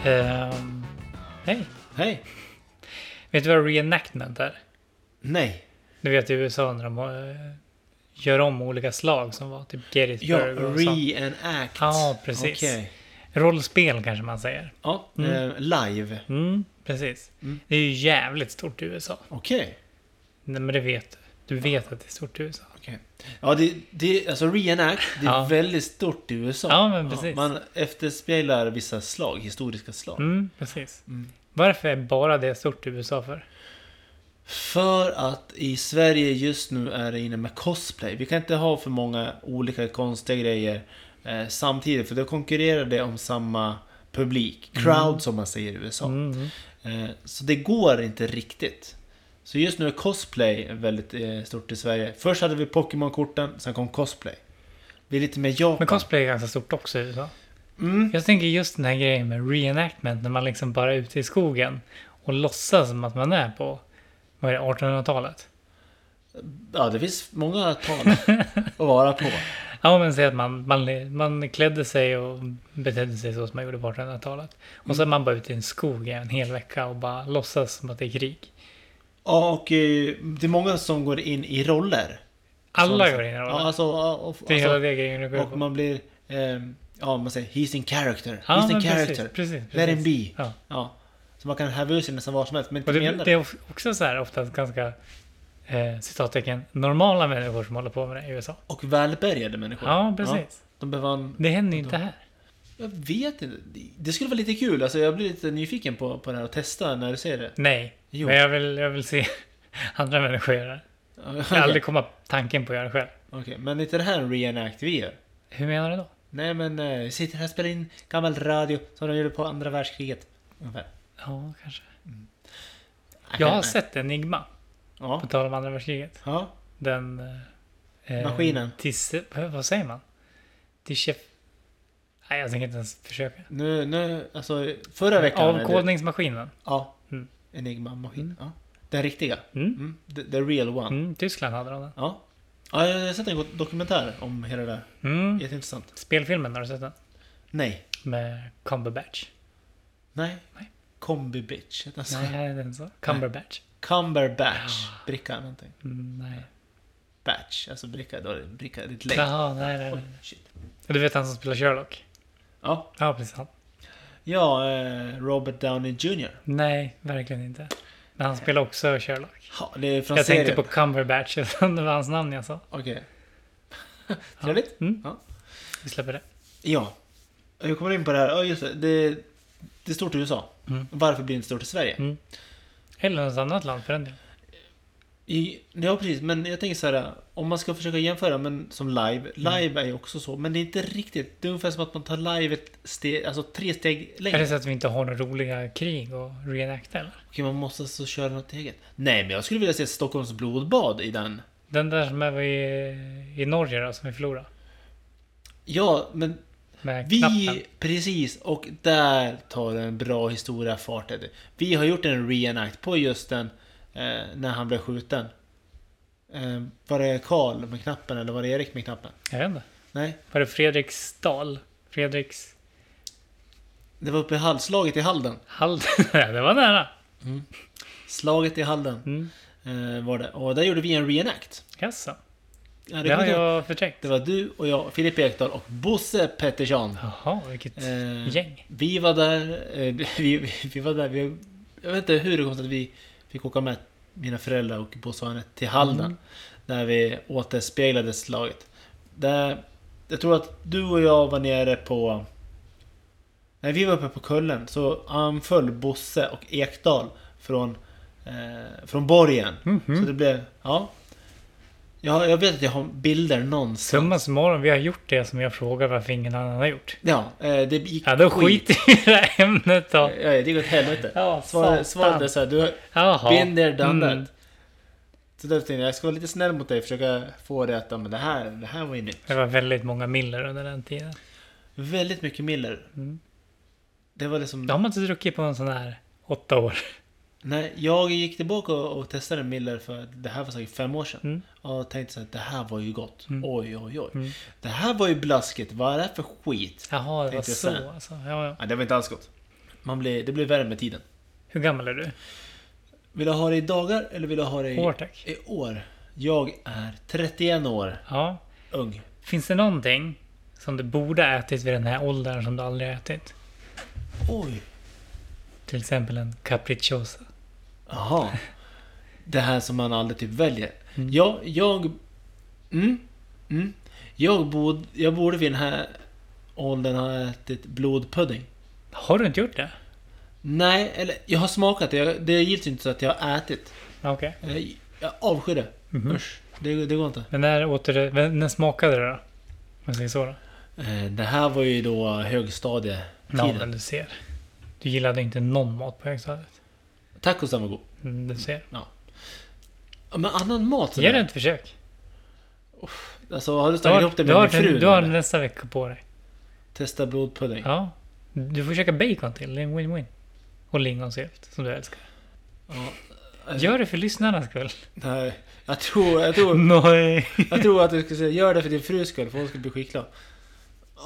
Speaker 2: Ehm, Hej.
Speaker 1: Hej.
Speaker 2: Vet du vad reenactment är?
Speaker 1: Nej.
Speaker 2: Du vet i USA när de eh, gör om olika slag som var typ
Speaker 1: Ja,
Speaker 2: Gettysburg och sånt.
Speaker 1: re-enact.
Speaker 2: Ja, precis.
Speaker 1: Okej.
Speaker 2: Rollspel kanske man säger.
Speaker 1: Ja, eh, live.
Speaker 2: Mm, precis.
Speaker 1: Mm.
Speaker 2: Det är ju jävligt stort i USA.
Speaker 1: Okej.
Speaker 2: Nej, men det vet du. Du vet att det är stort i USA.
Speaker 1: Okej. Ja, det, det, alltså reenact, det är
Speaker 2: Ja.
Speaker 1: väldigt stort i USA.
Speaker 2: Ja, men precis.
Speaker 1: man efterspeglar vissa slag, historiska slag.
Speaker 2: Mm, precis.
Speaker 1: Mm.
Speaker 2: Varför är bara det stort i USA för?
Speaker 1: För att i Sverige just nu är det inne med cosplay. Vi kan inte ha för många olika konstiga grejer eh, samtidigt, för då konkurrerar det om samma publik. Crowd som man säger i USA.
Speaker 2: Mm, mm.
Speaker 1: Eh, Så det går inte riktigt. Så just nu är cosplay väldigt eh, stort i Sverige. Först hade vi Pokémon-korten, sen kom cosplay. Vi är lite mer Japan.
Speaker 2: Men cosplay är ganska stort också i USA.
Speaker 1: Mm.
Speaker 2: Jag tänker just den här grejen med reenactment när man liksom bara är ute i skogen och låtsas som att man är på vad är det, 1800-talet.
Speaker 1: Ja, det finns många tal att vara på.
Speaker 2: Ja, men säg att man, man, man klädde sig och betedde sig så som man gjorde på 1800-talet. Och
Speaker 1: Mm.
Speaker 2: så är man bara ute i en skog i en hel vecka och bara låtsas som att det är krig.
Speaker 1: Ja, och eh, det är många som går in i roller.
Speaker 2: Alla
Speaker 1: Som-
Speaker 2: går in i
Speaker 1: Ja,
Speaker 2: rollen.
Speaker 1: alltså, ja, och,
Speaker 2: Det är hela
Speaker 1: alltså,
Speaker 2: det grejen går ut
Speaker 1: och
Speaker 2: på.
Speaker 1: man blir... Eh, ja, man säger he's in character.
Speaker 2: Ja,
Speaker 1: he's
Speaker 2: men
Speaker 1: in character.
Speaker 2: precis, precis,
Speaker 1: Let him
Speaker 2: precis.
Speaker 1: be.
Speaker 2: Ja.
Speaker 1: Ja. Så man kan häva ur sig nästan vad som helst, men
Speaker 2: Och
Speaker 1: inte
Speaker 2: det,
Speaker 1: menar
Speaker 2: det är också så här oftast ganska eh, citattecken normala människor som håller på med det i USA.
Speaker 1: Och välbärgade människor.
Speaker 2: Ja, precis.
Speaker 1: de behöver en
Speaker 2: Det händer ju inte här.
Speaker 1: Jag vet inte. Det skulle vara lite kul. Alltså jag blir lite nyfiken på, på det här och testa när du säger det.
Speaker 2: Nej,
Speaker 1: Jo.
Speaker 2: men jag vill, jag vill se andra människor göra det. Jag har aldrig komma tanken på att göra det själv.
Speaker 1: Okej, okej. men inte det här en reenact vi gör.
Speaker 2: Hur menar du då?
Speaker 1: Nej men eh, vi sitter här och spelar in gammal radio som de gjorde på andra världskriget. Ungefär.
Speaker 2: Ja, kanske.
Speaker 1: Nej,
Speaker 2: Jag har
Speaker 1: nej.
Speaker 2: sett Enigma,
Speaker 1: Ja.
Speaker 2: på tal om andra världskriget.
Speaker 1: ja.
Speaker 2: Den... eh,
Speaker 1: Maskinen.
Speaker 2: Tisse, vad- vad säger man? Tischef... Nej, jag tänker inte ens försöka.
Speaker 1: Nu, nu, alltså förra veckan.
Speaker 2: Avkodningsmaskinen.
Speaker 1: Ja.
Speaker 2: Mm.
Speaker 1: Enigma-maskin. Ja. Den riktiga.
Speaker 2: Mm.
Speaker 1: Mm. The, the real one.
Speaker 2: Mm, Tyskland hade de den.
Speaker 1: Ja. Ja, jag har sett en dokumentär om hela det där.
Speaker 2: Mm.
Speaker 1: Jätteintressant.
Speaker 2: Spelfilmen, har du sett den?
Speaker 1: Nej.
Speaker 2: Med Cumberbatch.
Speaker 1: Nej.
Speaker 2: Nej.
Speaker 1: Combi bitch. heter den så.
Speaker 2: Nej, är den så? Cumberbatch.
Speaker 1: Cumberbatch. Bricka någonting.
Speaker 2: Mm, nej.
Speaker 1: Batch, alltså bricka, då är det en bricka, ditt lägg.
Speaker 2: Jaha, nej, nej,
Speaker 1: Oj,
Speaker 2: nej.
Speaker 1: shit.
Speaker 2: Du vet han som spelar Sherlock?
Speaker 1: Ja,
Speaker 2: Ja, precis han.
Speaker 1: ja eh, Robert Downey Jr.
Speaker 2: Nej, verkligen inte. Men han spelar också Sherlock.
Speaker 1: Ja, det är från
Speaker 2: Jag
Speaker 1: serien.
Speaker 2: tänkte på Cumberbatch, utan det var hans namn jag sa.
Speaker 1: Okej. Trevligt.
Speaker 2: Mm.
Speaker 1: Ja.
Speaker 2: Vi släpper det.
Speaker 1: Ja. Jag kommer in på det här, ja just det. Det, det är stort i USA.
Speaker 2: Mm.
Speaker 1: Varför blir det inte stort i Sverige?
Speaker 2: Mm. Eller något annat land för den delen.
Speaker 1: I, ja precis, men jag tänker så här. Om man ska försöka jämföra men som
Speaker 2: Mm.
Speaker 1: live. Live är ju också så, men det är inte riktigt. Det är ungefär som att man tar live ett steg, alltså tre steg
Speaker 2: Är
Speaker 1: längre.
Speaker 2: det så att vi inte har några roliga krig att reenacta eller?
Speaker 1: Okej, man måste alltså köra något eget. Nej, men jag skulle vilja se Stockholms blodbad i den.
Speaker 2: Den där som är i, i Norge då, som vi förlorade.
Speaker 1: Ja, men
Speaker 2: Med
Speaker 1: vi...
Speaker 2: knappen.
Speaker 1: Precis, och där tar en bra historia fart. Eddie. Vi har gjort en reenact på just den eh, när han blev skjuten. Eh, var det Karl med knappen eller var det Erik med knappen?
Speaker 2: Jag vet inte.
Speaker 1: Nej,
Speaker 2: Var det Fredriksdal? Fredriks...
Speaker 1: det var uppe i Hall, slaget i Halden.
Speaker 2: Hall... Nej, det var nära.
Speaker 1: Slaget i Halden
Speaker 2: Mm.
Speaker 1: eh, var det. Och där gjorde vi en reenact.
Speaker 2: Jaså?
Speaker 1: Ja, det,
Speaker 2: Det har
Speaker 1: kommer jag ihåg.
Speaker 2: jag förträngt.
Speaker 1: det var du och jag, Filip Ekdahl och Bosse Pettersson.
Speaker 2: Jaha, vilket
Speaker 1: Eh,
Speaker 2: gäng.
Speaker 1: Vi var där, eh, vi, vi, vi var där, vi, jag vet inte hur det kom sig att vi fick åka med mina föräldrar och Bosse och Anette till Halden.
Speaker 2: Mm.
Speaker 1: Där vi återspeglade slaget. Där, jag tror att du och jag var nere på... Nej, vi var uppe på kullen. Så anföll Bosse och Ekdal från, eh, från borgen. Så
Speaker 2: Mhm.
Speaker 1: det blev... Ja. Jag, jag vet att jag har bilder någonstans.
Speaker 2: Summa summarum, vi har gjort det som jag frågar varför ingen annan har gjort.
Speaker 1: Ja, eh, det gick
Speaker 2: Ja, då skiter vi i det här ämnet då.
Speaker 1: Ja, det gick åt helvete.
Speaker 2: Ja,
Speaker 1: Svar- Svaret är
Speaker 2: satan.
Speaker 1: såhär, du
Speaker 2: Jaha.
Speaker 1: been there, done
Speaker 2: Mm.
Speaker 1: that. Så därför tänkte jag, jag ska vara lite snäll mot dig och försöka få dig att, ja, men det här, det här var ju nytt.
Speaker 2: Det var väldigt många miller under den tiden.
Speaker 1: Väldigt mycket Miller.
Speaker 2: Mm.
Speaker 1: Det var liksom,
Speaker 2: Det har man inte druckit på en sån här åtta år.
Speaker 1: nej, jag gick tillbaka och, och testade Miller för det här var säkert fem år sedan.
Speaker 2: Mm.
Speaker 1: Och tänkte såhär, det här var ju gott.
Speaker 2: Mm.
Speaker 1: Oj, oj, oj.
Speaker 2: Mm.
Speaker 1: Det här var ju blaskigt, vad är det här för skit?
Speaker 2: Jaha, det var
Speaker 1: Tänkte jag
Speaker 2: så
Speaker 1: säga.
Speaker 2: alltså. Ja, ja.
Speaker 1: Ja, det var inte alls gott. Man blir, det blir värre med tiden.
Speaker 2: Hur gammal är du?
Speaker 1: Vill jag ha det i dagar eller vill jag ha det i
Speaker 2: År tack.
Speaker 1: I år? Jag är 31 år
Speaker 2: Ja.
Speaker 1: ung.
Speaker 2: Finns det någonting som du borde ha ätit vid den här åldern som du aldrig har ätit?
Speaker 1: Oj!
Speaker 2: Till exempel en capricciosa.
Speaker 1: Jaha. Det här som man aldrig typ väljer. Ja, jag... Mm, mm. Jag, bod, jag borde vid den här åldern ha ätit blodpudding.
Speaker 2: Har du inte gjort det?
Speaker 1: Nej, eller jag har smakat det. Jag, det gills inte så att jag har ätit.
Speaker 2: Okej.
Speaker 1: Jag, jag avskyr det.
Speaker 2: Mhm.
Speaker 1: Usch, det, det går inte.
Speaker 2: Men när, åt du, men när smakade det då? Om jag säger så då?
Speaker 1: Eh, Det här var ju då
Speaker 2: Ja, men
Speaker 1: högstadietiden.
Speaker 2: du ser. Du gillade inte någon mat på högstadiet.
Speaker 1: Tacosen var god.
Speaker 2: Mm, Du ser.
Speaker 1: Ja, Men annan mat
Speaker 2: Ge det
Speaker 1: sådär.
Speaker 2: ett försök.
Speaker 1: Alltså har du
Speaker 2: Du
Speaker 1: slagit
Speaker 2: har,
Speaker 1: ihop det
Speaker 2: du
Speaker 1: med
Speaker 2: har,
Speaker 1: din fru?
Speaker 2: du har
Speaker 1: eller?
Speaker 2: nästa vecka på dig.
Speaker 1: Testa blodpudding.
Speaker 2: Ja. Du får käka bacon till. Det är en win-win. Och lingonsylt som du älskar.
Speaker 1: Ja.
Speaker 2: Gör det för lyssnarnas skull.
Speaker 1: Eh, Nej, jag tror, jag tror
Speaker 2: Nej.
Speaker 1: Jag tror att du skulle säga gör det för din frus skull, för hon skulle bli skitglad. Mm.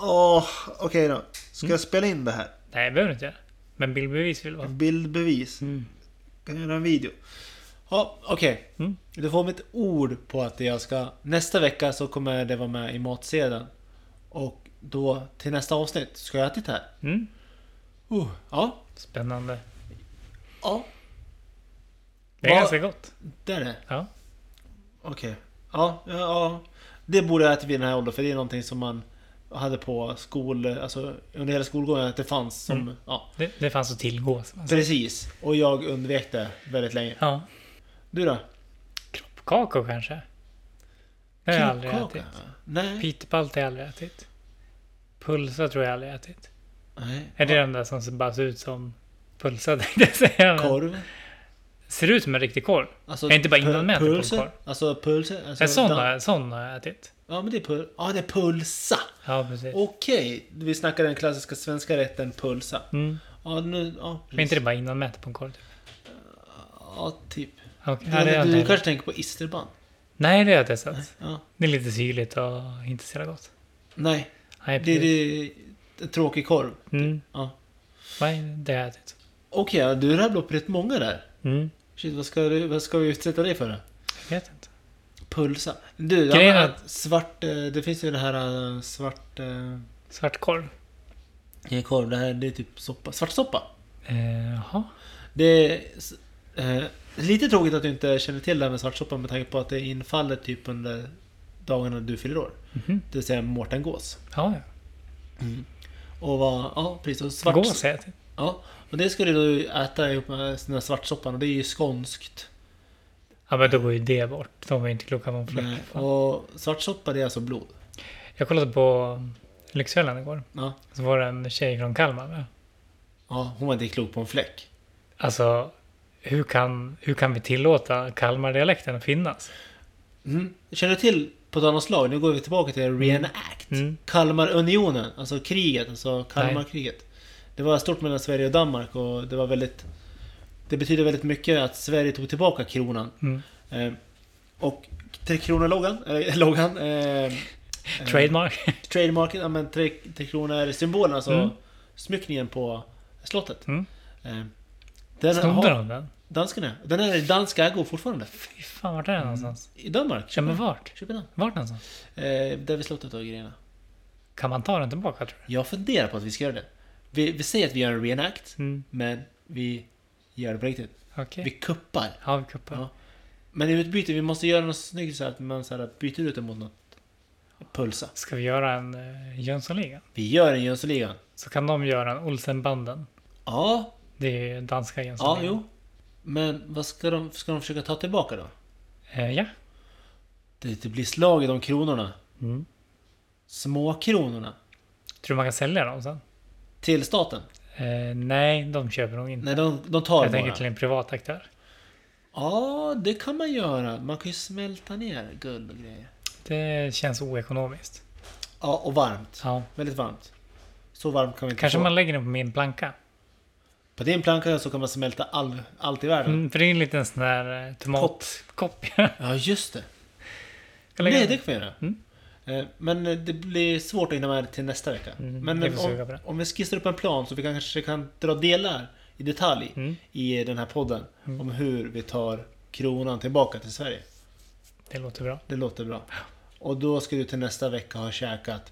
Speaker 1: Åh, okej då. Ska jag spela in det här?
Speaker 2: Nej, det behöver du inte göra. Men bildbevis vill du ha.
Speaker 1: Bildbevis.
Speaker 2: Mm.
Speaker 1: Kan jag göra en video? Ja, okej.
Speaker 2: Mm.
Speaker 1: Du får mitt ord på att jag ska... Nästa vecka så kommer det vara med i matsedeln. Och då till nästa avsnitt ska jag ha ätit det här.
Speaker 2: Mm.
Speaker 1: Uh, ja,
Speaker 2: Spännande.
Speaker 1: ja,
Speaker 2: Det är
Speaker 1: Vad-
Speaker 2: ganska gott.
Speaker 1: det är det.
Speaker 2: Ja.
Speaker 1: Okej. Ja, ja, ja. Det borde jag ätit vid den här åldern för det är någonting som man hade på skol... Alltså under hela skolgången att det fanns som...
Speaker 2: Mm. Alltså-
Speaker 1: Ja.
Speaker 2: Det, det fanns att tillgå. som man säger.
Speaker 1: Precis, och jag undvek det väldigt länge.
Speaker 2: Ja.
Speaker 1: Du då?
Speaker 2: Kroppkakor kanske? Det har jag aldrig
Speaker 1: Kroppkaka?
Speaker 2: ätit.
Speaker 1: Nej.
Speaker 2: Pitepalt har jag aldrig ätit. Pulsa tror jag aldrig jag ätit.
Speaker 1: Nej.
Speaker 2: Är det den där som ser- bara ser ut som pulsa tänkte jag säga. men-
Speaker 1: Korv?
Speaker 2: Ser ut som en riktig korv.
Speaker 1: Alltså,
Speaker 2: Jag är inte bara innan
Speaker 1: pu-
Speaker 2: med att det är
Speaker 1: pulse?
Speaker 2: pulskorv.
Speaker 1: Alltså pulse? Alltså,
Speaker 2: En sån,
Speaker 1: dan-
Speaker 2: har- sån har jag ätit. Mm.
Speaker 1: Ja, men det är pul... Ja, det är pulsa!
Speaker 2: Ja, precis.
Speaker 1: Okej, vi snackar den klassiska svenska rätten pulsa.
Speaker 2: Mm.
Speaker 1: Ja, nu... Ja, precis.
Speaker 2: Men inte det bara innan med på en korv? Typ.
Speaker 1: Ja, typ.
Speaker 2: Okej, ja, det har jag
Speaker 1: Du,
Speaker 2: inte
Speaker 1: du
Speaker 2: heller.
Speaker 1: kanske tänker på isterband?
Speaker 2: Nej, det har jag testat.
Speaker 1: Ja.
Speaker 2: Det är lite syrligt och inte så jävla gott.
Speaker 1: Nej,
Speaker 2: Nej,
Speaker 1: det är
Speaker 2: precis.
Speaker 1: det... en Tråkig korv.
Speaker 2: Mm.
Speaker 1: Ja.
Speaker 2: Nej, det har jag ätit.
Speaker 1: Okej, ja, du rabblade upp rätt många där.
Speaker 2: Mm.
Speaker 1: Shit, vad ska, du, vad ska vi utsätta dig för då?
Speaker 2: Jag vet inte.
Speaker 1: Pulsa. Du, ja,
Speaker 2: Grejen
Speaker 1: men,
Speaker 2: är att-
Speaker 1: att svart... eh, Det finns ju den här eh, svart... eh,
Speaker 2: Svartkorv?
Speaker 1: Ingen korv, det här det är typ soppa. Svart soppa.
Speaker 2: Eh, Jaha.
Speaker 1: Det är... s- eh, lite tråkigt att du inte känner till det här med svart soppa med tanke på att det infaller typ under dagarna du fyller år.
Speaker 2: Mhm.
Speaker 1: Det vill säga Mårten Gås.
Speaker 2: Ja, ja.
Speaker 1: Och vad... Ja, precis. Och svart...
Speaker 2: Gås har jag ätit.
Speaker 1: Ja. Och det ska du då äta ihop med den här svartsoppan och det är ju skånskt.
Speaker 2: Ja, men då går ju det bort. De var ju inte kloka på fläck.
Speaker 1: Eh, Och svartsoppa det är alltså blod.
Speaker 2: Jag kollade på mm, Lyxfällan igår.
Speaker 1: Ja.
Speaker 2: Så var det en tjej från Kalmar med.
Speaker 1: ja hon var inte klok på en fläck.
Speaker 2: Alltså, hur kan, hur kan vi tillåta Kalmardialekten att finnas?
Speaker 1: Mm. Känner du till På tal om slag, nu går vi tillbaka till reenact.
Speaker 2: Mm.
Speaker 1: Kalmarunionen, alltså kriget, alltså Kalmarkriget. Det var stort mellan Sverige och Danmark och det var väldigt... Det betyder väldigt mycket att Sverige tog tillbaka kronan.
Speaker 2: Mm.
Speaker 1: Eh, och Tre Kronor-loggan, eller loggan... Eh, eh,
Speaker 2: Trademark.
Speaker 1: trademarken, ja men Tre, tre Kronor är symbolen, alltså
Speaker 2: Mm.
Speaker 1: smyckningen på slottet.
Speaker 2: Mm.
Speaker 1: Eh, den
Speaker 2: Snodde
Speaker 1: har
Speaker 2: de den?
Speaker 1: danskarna. Den är i dansk ägo fortfarande.
Speaker 2: Fy fan, vart är
Speaker 1: Mm.
Speaker 2: den någonstans?
Speaker 1: I Danmark.
Speaker 2: Ja, men vart?
Speaker 1: Köpenhamn.
Speaker 2: Vart någonstans?
Speaker 1: Eh, där vid slottet och grejerna.
Speaker 2: Kan man ta den tillbaka tror
Speaker 1: Jag funderar på att vi ska göra det. Vi, vi säger att vi gör en reenact,
Speaker 2: du? Mm.
Speaker 1: men vi gör det på riktigt.
Speaker 2: Okej.
Speaker 1: Vi kuppar.
Speaker 2: Ja, vi kuppar.
Speaker 1: Ja. Men i utbyte, vi måste göra något snyggt så att man så här, byter ut det mot något. Pulsa.
Speaker 2: Ska vi göra en uh, Jönssonliga?
Speaker 1: Vi gör en Jönssonligan.
Speaker 2: Så kan de göra en Olsenbanden.
Speaker 1: Ja,
Speaker 2: Det är ju danska
Speaker 1: ja,
Speaker 2: Jönssonligan.
Speaker 1: jo. Men vad ska de, ska de försöka ta tillbaka då?
Speaker 2: Eh, ja.
Speaker 1: Det, det blir slag i de kronorna.
Speaker 2: Mm.
Speaker 1: Små kronorna.
Speaker 2: Tror du man kan sälja dem sen?
Speaker 1: Till staten.
Speaker 2: Eh, nej, de köper nog inte.
Speaker 1: Nej, de, de tar
Speaker 2: jag tänker
Speaker 1: bara.
Speaker 2: till en privat aktör.
Speaker 1: Ja, det kan man göra. Man kan ju smälta ner guld och grejer.
Speaker 2: Det känns oekonomiskt.
Speaker 1: Ja, och varmt.
Speaker 2: Ja.
Speaker 1: Väldigt varmt. Så varmt kan vi inte
Speaker 2: Kanske
Speaker 1: få.
Speaker 2: man lägger den på min planka.
Speaker 1: På din planka så kan man smälta all, allt i världen.
Speaker 2: Mm, för det är en liten sån här eh, tomatkopp. jag
Speaker 1: Ja, just det.
Speaker 2: kan lägga
Speaker 1: Nej, det
Speaker 2: den.
Speaker 1: kan vi göra.
Speaker 2: Mm.
Speaker 1: Eh, Men eh, det blir svårt att hinna med till nästa vecka.
Speaker 2: Mm,
Speaker 1: Men
Speaker 2: vi får
Speaker 1: eh,
Speaker 2: suga på
Speaker 1: om,
Speaker 2: det.
Speaker 1: om vi skissar upp en plan så vi kanske kan dra delar i detalj
Speaker 2: Mm.
Speaker 1: i den här podden.
Speaker 2: Mm.
Speaker 1: Om hur vi tar kronan tillbaka till Sverige.
Speaker 2: det låter bra.
Speaker 1: Det låter bra. Och då ska du till nästa vecka ha käkat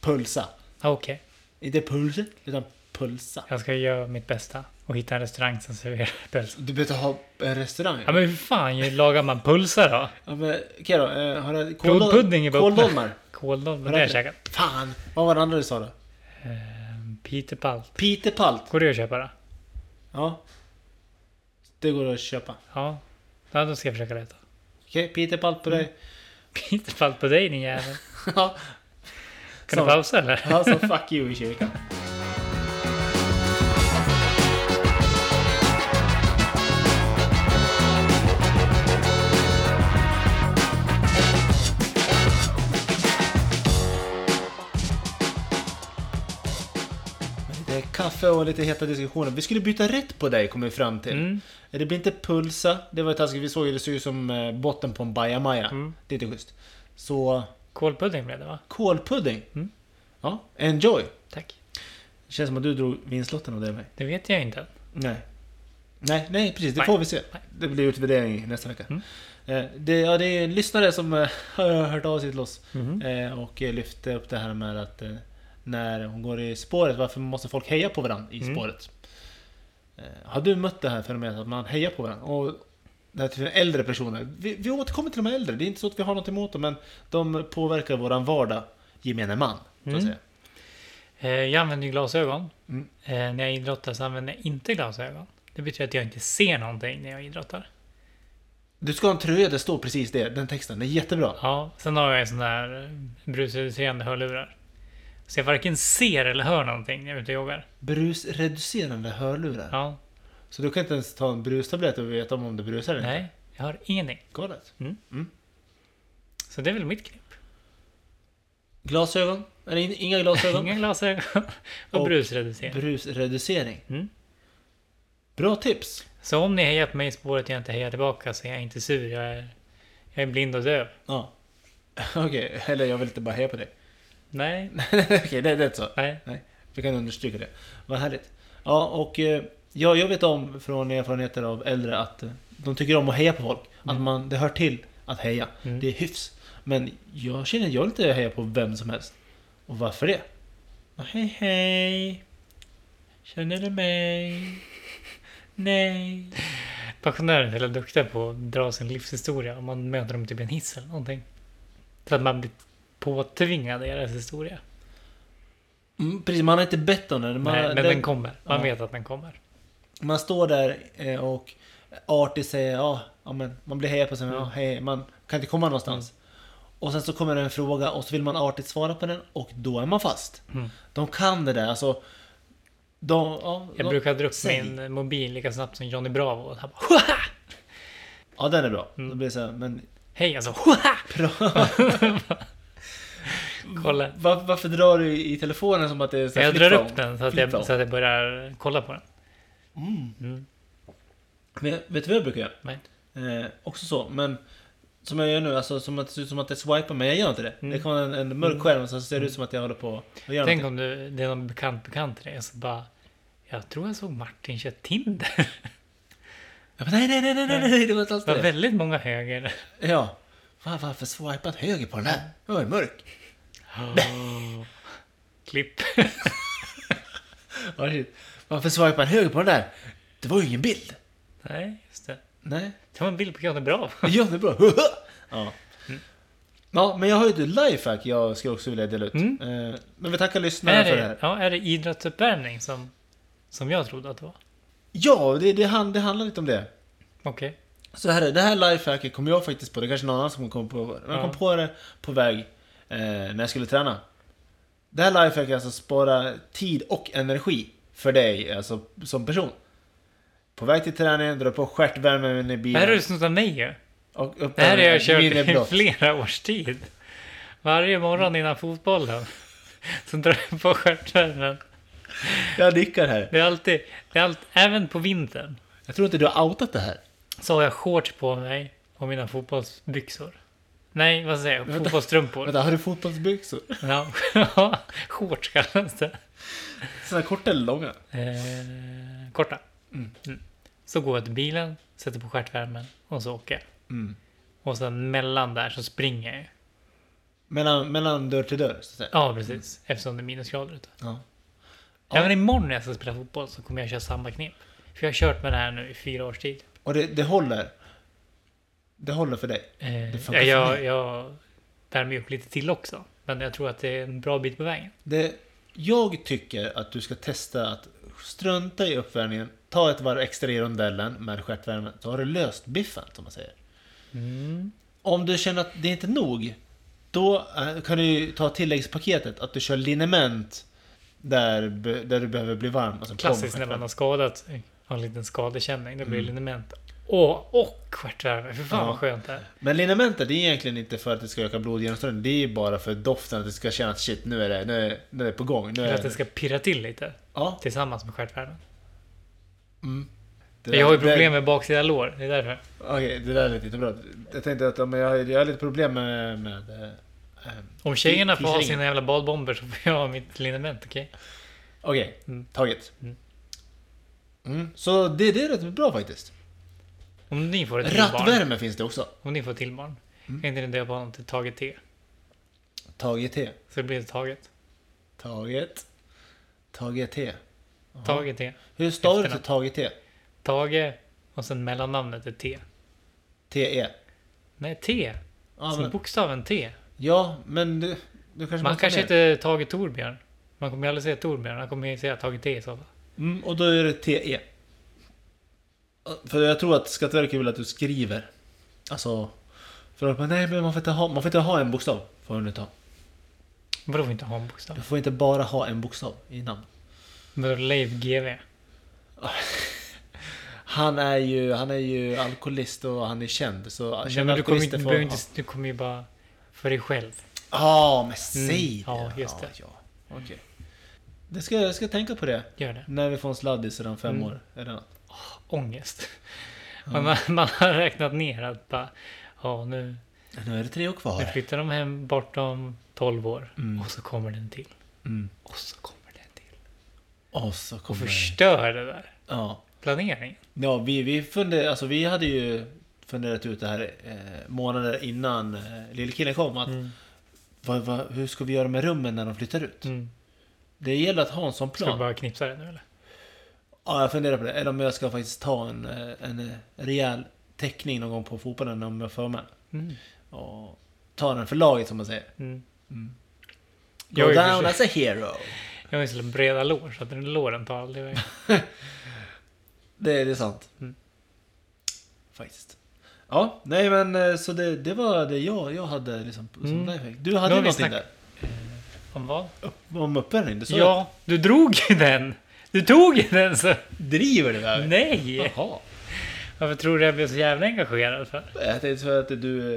Speaker 1: pulsa.
Speaker 2: Ah, Okej,
Speaker 1: Inte pulse, utan pulsa.
Speaker 2: jag ska göra mitt bästa och hitta en restaurang som serverar pölsa.
Speaker 1: Du behöver ha en restaurang.
Speaker 2: Ja men hur fan ju lagar man pulsa då?
Speaker 1: Ja, men, Okej då, eh, har du kåldol-
Speaker 2: Blodpudding i botten.
Speaker 1: kåldolmar?
Speaker 2: Kåldolmar, det har jag
Speaker 1: Räkna.
Speaker 2: käkat.
Speaker 1: Fan! Vad var det andra du sa då?
Speaker 2: Pitepalt.
Speaker 1: Pitepalt.
Speaker 2: Går det att köpa det?
Speaker 1: Ja. Det går att köpa.
Speaker 2: Ja. ja, då ska jag försöka leta.
Speaker 1: Okej, pitepalt på dig.
Speaker 2: Pitepalt på dig din jävel.
Speaker 1: Ja,
Speaker 2: Kan
Speaker 1: Så.
Speaker 2: du pausa eller?
Speaker 1: alltså fuck you i kyrkan. Lite Kaffe och lite heta diskussioner. Vi skulle byta rätt på dig kom vi fram till.
Speaker 2: Mm.
Speaker 1: Det blir inte pulsa, det var ju taskigt. Vi såg ju det såg ut som eh, botten på en bajamaja.
Speaker 2: Mm.
Speaker 1: Det är inte schysst. Så
Speaker 2: Kålpudding blev det va?
Speaker 1: Kolpudding?
Speaker 2: Mm.
Speaker 1: Ja, enjoy!
Speaker 2: Tack.
Speaker 1: Det känns som att du drog vinstlotten av det mig.
Speaker 2: Det vet jag inte.
Speaker 1: Nej. Nej, nej precis. Det
Speaker 2: Nej.
Speaker 1: får vi se.
Speaker 2: Nej.
Speaker 1: Det blir utvärdering nästa vecka.
Speaker 2: Mm.
Speaker 1: Eh, Det, ja, det är en lyssnare som eh, har hört av sig till oss
Speaker 2: Mhm.
Speaker 1: eh, och eh, lyfte upp det här med att eh, när hon går i spåret, varför måste folk heja på varandra i
Speaker 2: Mm.
Speaker 1: spåret? Eh, Har du mött det här fenomenet att man hejar på varandra? Och det här till äldre personer. Vi, vi återkommer till de äldre. Det är inte så att vi har något emot dem, men de påverkar våran vardag, gemene man. Så att
Speaker 2: Mm.
Speaker 1: säga.
Speaker 2: Eh, Jag använder ju glasögon.
Speaker 1: Mm.
Speaker 2: Eh, När jag idrottar så använder jag inte glasögon. Det betyder att jag inte ser någonting när jag idrottar.
Speaker 1: Du ska ha en tröja där det står precis det, den texten. Det är jättebra.
Speaker 2: Ja, sen har jag sådana här eh, brusreducerande hörlurar. Så jag varken ser eller hör någonting när jag är ute och joggar.
Speaker 1: Brusreducerande hörlurar.
Speaker 2: Ja,
Speaker 1: Så du kan inte ens ta en brustablett och veta om det brusar eller inte?
Speaker 2: nej, jag har ingenting.
Speaker 1: Galet.
Speaker 2: Så det är väl mitt knep.
Speaker 1: Glasögon? Eller in- inga glasögon?
Speaker 2: Inga glasögon och
Speaker 1: Och
Speaker 2: brusreducerande.
Speaker 1: Brusreducering.
Speaker 2: Mm.
Speaker 1: Bra tips!
Speaker 2: Så om ni hejar på mig i spåret och jag inte hejar tillbaka så är jag inte sur. Jag är, jag är blind och döv.
Speaker 1: Ja. Okej, eller jag vill inte bara heja på dig.
Speaker 2: Nej,
Speaker 1: Okej, det, det är så.
Speaker 2: nej.
Speaker 1: Vi kan understryka det. Vad härligt. Ja, och eh, ja, jag vet om från erfarenheter av äldre att eh, de tycker om att heja på folk. Att
Speaker 2: Mm.
Speaker 1: man, det hör till att heja.
Speaker 2: Mm.
Speaker 1: Det är hyfs. Men jag känner att jag vill inte heja på vem som helst. Och varför det? Hej hej! Känner du mig? Nej.
Speaker 2: Pensionärer är väldigt duktiga på att dra sin livshistoria om man möter dem typ i en hiss eller någonting. Så att man blir påtvingad deras historia.
Speaker 1: Mm, precis, man har inte bett om den. Man,
Speaker 2: Nej, men den,
Speaker 1: den-
Speaker 2: kommer. Man
Speaker 1: ja.
Speaker 2: vet att den kommer.
Speaker 1: man står där eh, och Artie säger ja, ja men man blir hejad på sig, men
Speaker 2: Mm.
Speaker 1: ja, hej, man kan inte komma någonstans. Och sen så kommer det en fråga och så vill man artigt svara på den och då är man fast.
Speaker 2: Mm.
Speaker 1: De kan det där alltså. De, ja,
Speaker 2: Jag
Speaker 1: de,
Speaker 2: brukar dra upp
Speaker 1: säg.
Speaker 2: min mobil lika snabbt som Johnny Bravo. Och han bara,
Speaker 1: ja, den är bra.
Speaker 2: Mm.
Speaker 1: Då blir det så här, men
Speaker 2: Hej alltså. Hoa!
Speaker 1: Bra.
Speaker 2: Kolla.
Speaker 1: Var, varför drar du i telefonen som att det är så här
Speaker 2: Jag drar
Speaker 1: flip-phone?
Speaker 2: upp den så att, jag,
Speaker 1: Flip-phone.
Speaker 2: så att jag börjar kolla på den. Mm.
Speaker 1: Men vet du vad jag brukar göra?
Speaker 2: Nej.
Speaker 1: Eh, också så, men som jag gör nu, alltså som att det ser ut som att jag swipar, men jag gör inte det.
Speaker 2: Mm.
Speaker 1: Det kan vara en, en mörk skärm och så ser det ut som att jag håller på och gör
Speaker 2: Tänk
Speaker 1: någonting.
Speaker 2: om du, det är någon bekant bekant till dig och så bara Jag tror jag såg Martin köra Tinder.
Speaker 1: Jag bara, nej, nej, nej, nej, nej, nej, det var inte alls
Speaker 2: Det var
Speaker 1: det.
Speaker 2: väldigt många höger.
Speaker 1: Ja. Va, varför swipat höger på den här? Den var ju mörk.
Speaker 2: Klipp.
Speaker 1: Ja, shit. Varför swipar höger på den där? Det var ju ingen bild.
Speaker 2: Nej, just det.
Speaker 1: Nej.
Speaker 2: Det var en bild på Jan är bra.
Speaker 1: Ja, det är bra. ja. ja, men jag har ju ett lifehack jag skulle också vilja dela ut.
Speaker 2: Mm.
Speaker 1: Eh, men vi tackar lyssnarna
Speaker 2: Är
Speaker 1: för det här.
Speaker 2: det, ja, är det idrottsuppvärmning som, som jag trodde att det var?
Speaker 1: Ja, det, det, hand- det handlar lite om det.
Speaker 2: Okej.
Speaker 1: Så här är det, det här lifehacket kom jag faktiskt på, det är kanske någon annan som kom på det. Men jag kom
Speaker 2: Ja.
Speaker 1: på det på väg eh, när jag skulle träna. Det här lifehacket är alltså att spara tid och energi för dig, alltså som person. På väg till träningen, dra på stjärtvärmen i
Speaker 2: Det
Speaker 1: bilen.
Speaker 2: här har du snott av mig ju.
Speaker 1: och upp
Speaker 2: Det här har jag
Speaker 1: med-
Speaker 2: kört
Speaker 1: bilen är
Speaker 2: i
Speaker 1: blått.
Speaker 2: flera års tid. Varje morgon innan fotbollen. Så drar jag på stjärtvärmen.
Speaker 1: Jag nickar här.
Speaker 2: Det är alltid, det är allt, även på vintern.
Speaker 1: Jag tror inte du har outat det här.
Speaker 2: Så har jag shorts på mig och mina fotbollsbyxor. Nej, vad säger jag?
Speaker 1: Vänta.
Speaker 2: Fotbollsstrumpor.
Speaker 1: Vänta, har du fotbollsbyxor?
Speaker 2: Ja, shorts kallas det.
Speaker 1: Sådana korta eller långa?
Speaker 2: Eh, korta. Mm. Så går jag till bilen, sätter på stjärtvärmen och så åker jag.
Speaker 1: Mm.
Speaker 2: Och sen mellan där så springer jag ju.
Speaker 1: Mellan, mellan dörr till dörr, så att säga.
Speaker 2: Ja, precis. Eftersom det är minusgrader ute.
Speaker 1: Ja. Mm. Ja.
Speaker 2: Även imorgon när jag ska spela fotboll så kommer jag köra samma knep. För jag har kört med det här nu i fyra års tid.
Speaker 1: Och det, det håller. Det håller för dig.
Speaker 2: Eh,
Speaker 1: Det funkar
Speaker 2: jag,
Speaker 1: för
Speaker 2: jag, jag värmer ju upp lite till också. Men jag tror att det är en bra bit på vägen.
Speaker 1: Det, jag tycker att du ska testa att strunta i uppvärmningen, ta ett varv extra i rondellen med stjärtvärmen, så har du löst biffen som man säger.
Speaker 2: Mm.
Speaker 1: Om du känner att det är inte är nog, då eh, kan du ju ta tilläggspaketet att du kör liniment där, be- där du behöver bli varm. Alltså
Speaker 2: Klassiskt när man har skadat sig. Har en liten skadekänning. Då blir det liniment. Och, och stjärtvärme. För fan
Speaker 1: Mm. Ja.
Speaker 2: vad skönt det är.
Speaker 1: Men linamentet det är egentligen inte för att det ska öka blodgenomströmningen, det är ju bara för doften, att det ska känna att shit nu är det, nu är det, nu är det på gång. Nu
Speaker 2: För att
Speaker 1: är
Speaker 2: det
Speaker 1: det.
Speaker 2: ska pirra till lite.
Speaker 1: Ja,
Speaker 2: Tillsammans med stjärtvärmen.
Speaker 1: det
Speaker 2: Jag har ju
Speaker 1: där- det-
Speaker 2: problem med baksida lår. Det är därför.
Speaker 1: Okej, det där lät inte bra. Jag tänkte att om jag, har- jag har lite problem med... med eh, ehm,
Speaker 2: Om tjejerna får ha
Speaker 1: Fisringen.
Speaker 2: sina jävla badbomber så får jag ha mitt liniment. Okej?
Speaker 1: Okej,
Speaker 2: Mm.
Speaker 1: taget.
Speaker 2: Mm.
Speaker 1: Mm. Så det, det är rätt bra faktiskt.
Speaker 2: Om ni får ett till barn.
Speaker 1: Rattvärme finns det också.
Speaker 2: Om ni får ett till barn.
Speaker 1: Mm.
Speaker 2: Kan inte ni döpa honom till Tage T?
Speaker 1: Taget te.
Speaker 2: Så det blir taget.
Speaker 1: Taget. Taget te.
Speaker 2: Tage T.
Speaker 1: Hur stavar du till
Speaker 2: Efternamn.
Speaker 1: taget te?
Speaker 2: Tage och sen mellannamnet är T.
Speaker 1: T-E.
Speaker 2: Nej, T.
Speaker 1: Ja,
Speaker 2: som
Speaker 1: men,
Speaker 2: bokstaven T.
Speaker 1: ja, men du, du kanske
Speaker 2: Man
Speaker 1: måste
Speaker 2: kanske
Speaker 1: ner.
Speaker 2: heter Tage Torbjörn. Man kommer ju aldrig säga Torbjörn. Man kommer ju säga Tage T i så fall.
Speaker 1: Mm, och då är det TE. För jag tror att Skatteverket vill att du skriver. Alltså... För att, nej, men man får inte ha, man får inte ha en bokstav. Får man inte ha.
Speaker 2: Vadå får inte ha en bokstav?
Speaker 1: Du får inte bara ha en bokstav i namn.
Speaker 2: Vadå Leif GW?
Speaker 1: Han är ju, han är ju alkoholist och han är känd. Så
Speaker 2: Nej,
Speaker 1: kända
Speaker 2: men du kommer, ju inte,
Speaker 1: alkoholister
Speaker 2: du,
Speaker 1: får-
Speaker 2: behöver inte, du kommer ju bara för dig själv.
Speaker 1: Ja, ah, men säg
Speaker 2: Mm,
Speaker 1: det!
Speaker 2: ja, just det.
Speaker 1: Ja, ja. Okej. Det ska, jag ska tänka på det.
Speaker 2: Gör det.
Speaker 1: När vi får en sladdis om fem
Speaker 2: Mm.
Speaker 1: år. Eller något.
Speaker 2: Ångest. Man, man, man har räknat ner att bara... Ja, nu,
Speaker 1: Nu är det tre år
Speaker 2: nu
Speaker 1: kvar.
Speaker 2: flyttar de hem bortom 12 år.
Speaker 1: Mm.
Speaker 2: Och så kommer den till.
Speaker 1: Mm.
Speaker 2: Och så kommer den till.
Speaker 1: Och så
Speaker 2: Och
Speaker 1: kommer...
Speaker 2: förstör det där.
Speaker 1: Ja.
Speaker 2: Planeringen.
Speaker 1: Ja, vi, vi, funder, alltså, vi hade ju funderat ut det här eh, månader innan eh, lillkillen kom. Att,
Speaker 2: Mm.
Speaker 1: vad, vad, hur ska vi göra med rummen när de flyttar ut?
Speaker 2: Mm.
Speaker 1: Det gäller att ha en sån
Speaker 2: Ska du
Speaker 1: plan.
Speaker 2: bara knipsa det nu eller?
Speaker 1: Ja, jag funderar på det. Eller om jag ska faktiskt ta en, eh, en eh, rejäl täckning någon gång på fotbollen om jag får med.
Speaker 2: Mm.
Speaker 1: Och ta den för laget som man säger.
Speaker 2: Mm.
Speaker 1: Mm. Go
Speaker 2: Jag är i och för
Speaker 1: down
Speaker 2: sig-
Speaker 1: as a hero.
Speaker 2: Jag har ju så breda lår så att den låren tar aldrig iväg.
Speaker 1: Det, det är sant.
Speaker 2: Mm.
Speaker 1: Faktiskt. Ja, nej men eh, så det, det var det jag, jag hade liksom som
Speaker 2: Mm.
Speaker 1: lifehack. Du
Speaker 2: Nu
Speaker 1: hade
Speaker 2: har
Speaker 1: ju
Speaker 2: vi
Speaker 1: någonting
Speaker 2: snack-
Speaker 1: där.
Speaker 2: Om vad?
Speaker 1: Om uppvärmning? Du sa ja.
Speaker 2: Ja, du drog ju den! Du tog ju den så...
Speaker 1: Driver du med mig?
Speaker 2: Nej!
Speaker 1: Jaha.
Speaker 2: Varför tror du jag blev så jävla engagerad för?
Speaker 1: Jag tänkte för att du...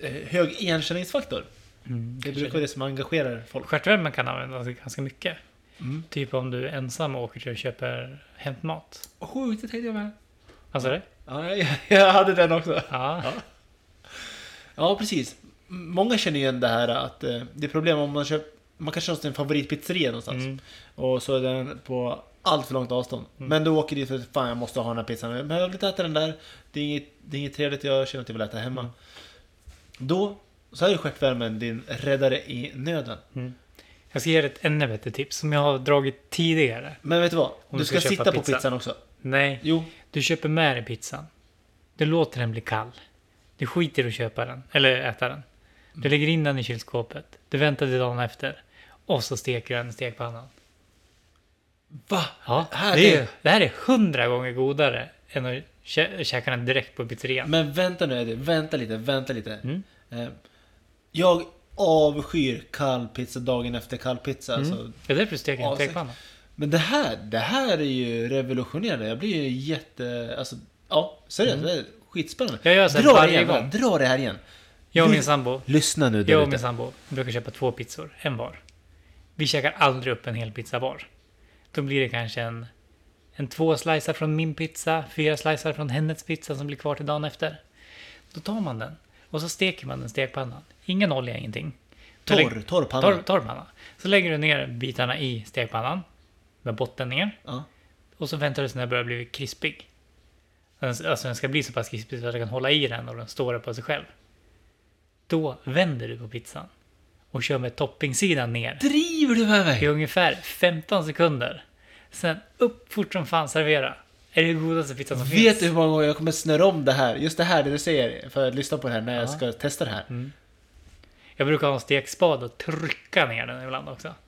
Speaker 1: eh, eh, hög igenkänningsfaktor. Det brukar vara det som engagerar folk.
Speaker 2: Stjärtvärmen kan användas ganska mycket.
Speaker 1: Mm.
Speaker 2: Typ om du är ensam och åker till och köper hämtmat.
Speaker 1: Sjukt, det tänkte jag med.
Speaker 2: Alltså det?
Speaker 1: Ja, jag, jag hade den också.
Speaker 2: Ja.
Speaker 1: Ja. Ja, precis. M- Många känner ju igen det här att eh, det är problem om man köper... Man kanske har sin favoritpizzeria någonstans.
Speaker 2: Mm.
Speaker 1: Och så är den på allt för långt avstånd. Men du åker dit för att fan jag måste ha den här pizzan. Men jag vill inte äta den där. Det är inget, det är inget trevligt, jag känner att jag vill äta hemma. Då så är ju stjärtvärmen din räddare i nöden.
Speaker 2: Jag ska ge dig ett ännu bättre tips som jag har dragit tidigare.
Speaker 1: Men vet du vad?
Speaker 2: Om
Speaker 1: Du
Speaker 2: du ska
Speaker 1: ska,
Speaker 2: köpa
Speaker 1: sitta på
Speaker 2: pizza.
Speaker 1: pizzan också.
Speaker 2: Nej,
Speaker 1: Jo,
Speaker 2: du köper med dig pizzan. Du låter den bli kall. Du skiter i att köpa den, eller äta den. Du lägger in den i kylskåpet. Du väntar till dagen efter. Och så steker du den i stekpannan.
Speaker 1: Va?
Speaker 2: Ja,
Speaker 1: Det här
Speaker 2: det,
Speaker 1: är-
Speaker 2: är, det här är hundra gånger godare än att kä- käka den direkt på pizzerian.
Speaker 1: Men vänta nu Eddie, vänta lite, vänta lite.
Speaker 2: Mm.
Speaker 1: Eh, Jag avskyr kall pizza dagen efter kall pizza. Alltså.
Speaker 2: Det är därför du steker den
Speaker 1: Ja,
Speaker 2: i stekpannan.
Speaker 1: Men det här, det här är ju revolutionerande. Jag blir ju jätte... Alltså, ja, seriöst. Det är skitspännande.
Speaker 2: Mm. Jag gör så här
Speaker 1: dra, det
Speaker 2: varje
Speaker 1: igen,
Speaker 2: gång.
Speaker 1: dra det här igen.
Speaker 2: Jag och min sambo,
Speaker 1: Lyssna nu
Speaker 2: jag
Speaker 1: där
Speaker 2: och min
Speaker 1: ute.
Speaker 2: sambo brukar köpa två pizzor, en var. Vi käkar aldrig upp en hel pizza var. Då blir det kanske en, en två slicer från min pizza, fyra slicer från hennes pizza som blir kvar till dagen efter. Då tar man den och så steker man den i stekpannan. Ingen olja, ingenting. Då lägger-
Speaker 1: Torr, torr panna.
Speaker 2: torr, torr panna. Så lägger du ner bitarna i stekpannan med botten ner.
Speaker 1: Ja.
Speaker 2: Och så väntar du tills den börjar bli krispig. Den- Alltså den ska bli så pass krispig så att du kan hålla i den och den står där på sig själv. Då vänder du på pizzan. Och kör med toppingsidan ner.
Speaker 1: Driver du med
Speaker 2: I
Speaker 1: mig?
Speaker 2: ungefär 15 sekunder. Sen upp fort som fan servera. Är det godaste pizzan som
Speaker 1: Vet du
Speaker 2: finns.
Speaker 1: hur många gånger jag kommer snurra om det här? Just det här, det du säger. För att lyssna på det här när jag
Speaker 2: Ja. Mm.
Speaker 1: ska testa det här.
Speaker 2: Jag brukar ha en stekspade och trycka ner den ibland också. Så att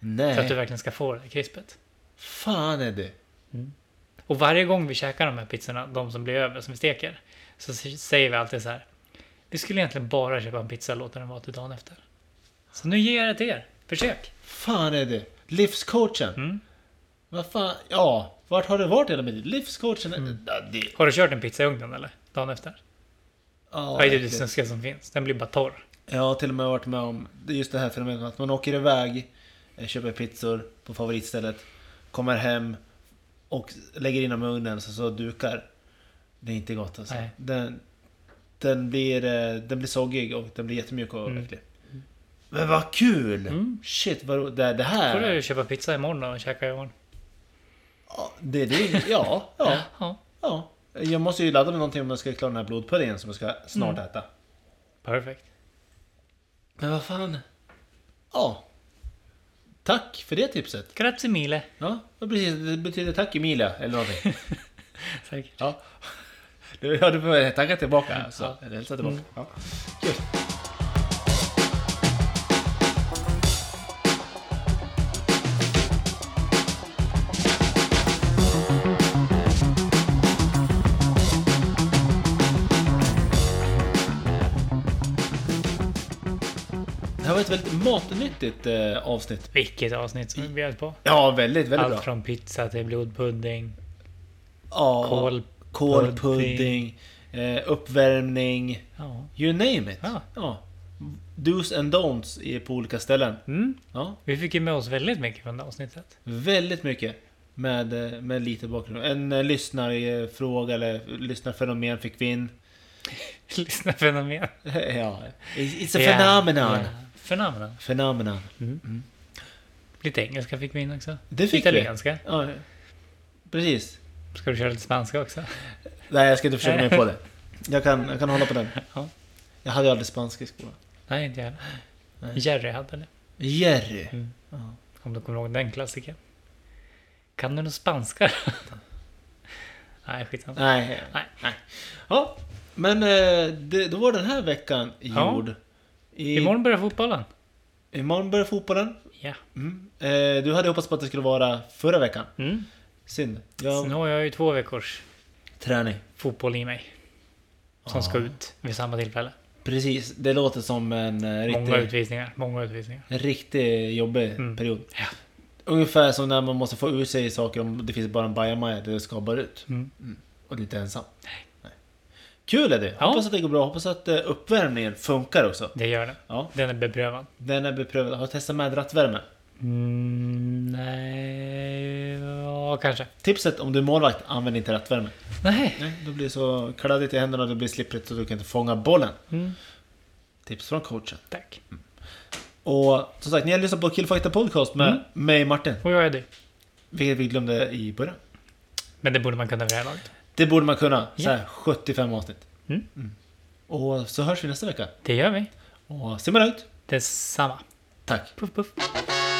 Speaker 2: du
Speaker 1: Nej.
Speaker 2: verkligen ska få det här krispet.
Speaker 1: Fan Eddie.
Speaker 2: Och varje gång vi käkar de här pizzorna, de som blir över, som vi steker, så s- säger vi alltid så här. Vi skulle egentligen bara köpa en pizza och låta den vara till dagen efter. Så nu ger jag det till er. Försök!
Speaker 1: Fan är det? Livscoachen?
Speaker 2: Mm.
Speaker 1: Vad fan, ja. Vart har du varit hela mitt liv? Livscoachen?
Speaker 2: Mm.
Speaker 1: Ja, det...
Speaker 2: Har du kört en pizza i ugnen eller? Dagen efter?
Speaker 1: Ja,
Speaker 2: Ja, det är det
Speaker 1: verkligen.
Speaker 2: snuskiga som finns. Den blir bara torr.
Speaker 1: Jag har till och med varit med om det är just det här fenomenet att man åker iväg, eh, köper pizzor på favoritstället, kommer hem och lägger in dem i ugnen så, så dukar. Det är inte gott alltså.
Speaker 2: Nej.
Speaker 1: Den, den, blir, eh, den blir soggig och den blir jättemjuk och
Speaker 2: Mm.
Speaker 1: äcklig. Men vad kul!
Speaker 2: Mm.
Speaker 1: Shit vad ro- det, det
Speaker 2: Då får
Speaker 1: här...
Speaker 2: du köpa pizza imorgon och käka imorgon.
Speaker 1: Ja, det, det, ja, ja.
Speaker 2: Ja,
Speaker 1: Ja. Jag måste ju ladda med någonting om jag ska klara den här blodpuddingen som jag ska snart
Speaker 2: Mm.
Speaker 1: äta.
Speaker 2: perfekt.
Speaker 1: Men vad fan. Ja. Tack för det tipset.
Speaker 2: Grazie mille!
Speaker 1: Ja, det precis. Det betyder tack Emilia eller någonting.
Speaker 2: Säkert.
Speaker 1: ja. Du, ja, du får tacka tillbaka alltså.
Speaker 2: Ja.
Speaker 1: Eller hälsa tillbaka.
Speaker 2: Mm.
Speaker 1: Ja. Kul. Det här var ett väldigt matnyttigt eh, avsnitt.
Speaker 2: Vilket avsnitt som vi bjöd på.
Speaker 1: Ja, väldigt, väldigt bra.
Speaker 2: Allt från pizza till blodpudding,
Speaker 1: Ja,
Speaker 2: kål.
Speaker 1: kolpudding, eh, uppvärmning,
Speaker 2: Ja.
Speaker 1: you name it.
Speaker 2: Ja.
Speaker 1: Do's and don'ts i- på olika ställen.
Speaker 2: Mm.
Speaker 1: Ja,
Speaker 2: Vi fick ju med oss väldigt mycket från det avsnittet.
Speaker 1: väldigt mycket med, eh, med lite bakgrund. En eh, lyssnarfråga eller lyssnarfenomen fick vi in.
Speaker 2: Lyssna fenomen.
Speaker 1: ja, it's a
Speaker 2: Ja,
Speaker 1: phenomenon.
Speaker 2: ja. Phenomenon.
Speaker 1: Phenomenon.
Speaker 2: Lite engelska fick vi in också.
Speaker 1: Det fick
Speaker 2: Italienska.
Speaker 1: vi. Ja, precis.
Speaker 2: Ska du köra lite spanska också?
Speaker 1: Nej, jag ska inte försöka mig på det. Jag kan, jag kan hålla på den.
Speaker 2: Ja.
Speaker 1: Jag hade ju aldrig spanska i skolan.
Speaker 2: Nej, inte jag heller.
Speaker 1: Nej.
Speaker 2: Jerry hade det.
Speaker 1: Jerry.
Speaker 2: Mm.
Speaker 1: Ja.
Speaker 2: Om du kommer ihåg den klassiken. Kan du någon spanska? Nej, skitsamma.
Speaker 1: Nej.
Speaker 2: Nej.
Speaker 1: Nej. Ja, men eh, det, då var den här veckan
Speaker 2: Ja.
Speaker 1: gjord. I,
Speaker 2: Imorgon börjar fotbollen.
Speaker 1: imorgon börjar fotbollen.
Speaker 2: Ja.
Speaker 1: Mm. Eh, du hade hoppats på att det skulle vara förra veckan.
Speaker 2: Mm.
Speaker 1: Synd.
Speaker 2: Så nu
Speaker 1: Jag,
Speaker 2: har jag ju två veckors
Speaker 1: träning.
Speaker 2: fotboll i mig. Som ska ut vid samma tillfälle.
Speaker 1: Precis, det låter som en eh,
Speaker 2: Många
Speaker 1: riktig,
Speaker 2: utvisningar. Många utvisningar.
Speaker 1: en riktig jobbig
Speaker 2: Mm.
Speaker 1: period.
Speaker 2: Ja.
Speaker 1: Ungefär som när man måste få ur sig saker om det finns bara en bajamaja där det ska bara ut.
Speaker 2: Mm.
Speaker 1: Och du är inte ensam. Nej. Kul är det!
Speaker 2: Ja. Mm.
Speaker 1: Hoppas att det går bra, hoppas att eh, uppvärmningen funkar också.
Speaker 2: Det gör den.
Speaker 1: Ja.
Speaker 2: Den är beprövad.
Speaker 1: Den är beprövad. Har du testat med rattvärme?
Speaker 2: Mm, nej, ja, kanske.
Speaker 1: Tipset om du är målvakt, använd inte rattvärme.
Speaker 2: Nej.
Speaker 1: Nej, då blir det så kladdigt i händerna, det blir slipprigt och du kan inte fånga bollen.
Speaker 2: Mm,
Speaker 1: Tips från coachen.
Speaker 2: tack.
Speaker 1: Och som sagt, ni har lyssnat på Killfakta Podcast med
Speaker 2: Mm.
Speaker 1: mig Martin.
Speaker 2: Och jag är du.
Speaker 1: Vilket vi glömde i början.
Speaker 2: Men det borde man kunna vid det här laget.
Speaker 1: Det borde man kunna. Så här, 75 avsnitt.
Speaker 2: Mm.
Speaker 1: Och så hörs vi nästa vecka.
Speaker 2: Det gör vi.
Speaker 1: Och simma lugnt.
Speaker 2: Detsamma.
Speaker 1: Tack.
Speaker 2: Puff, puff.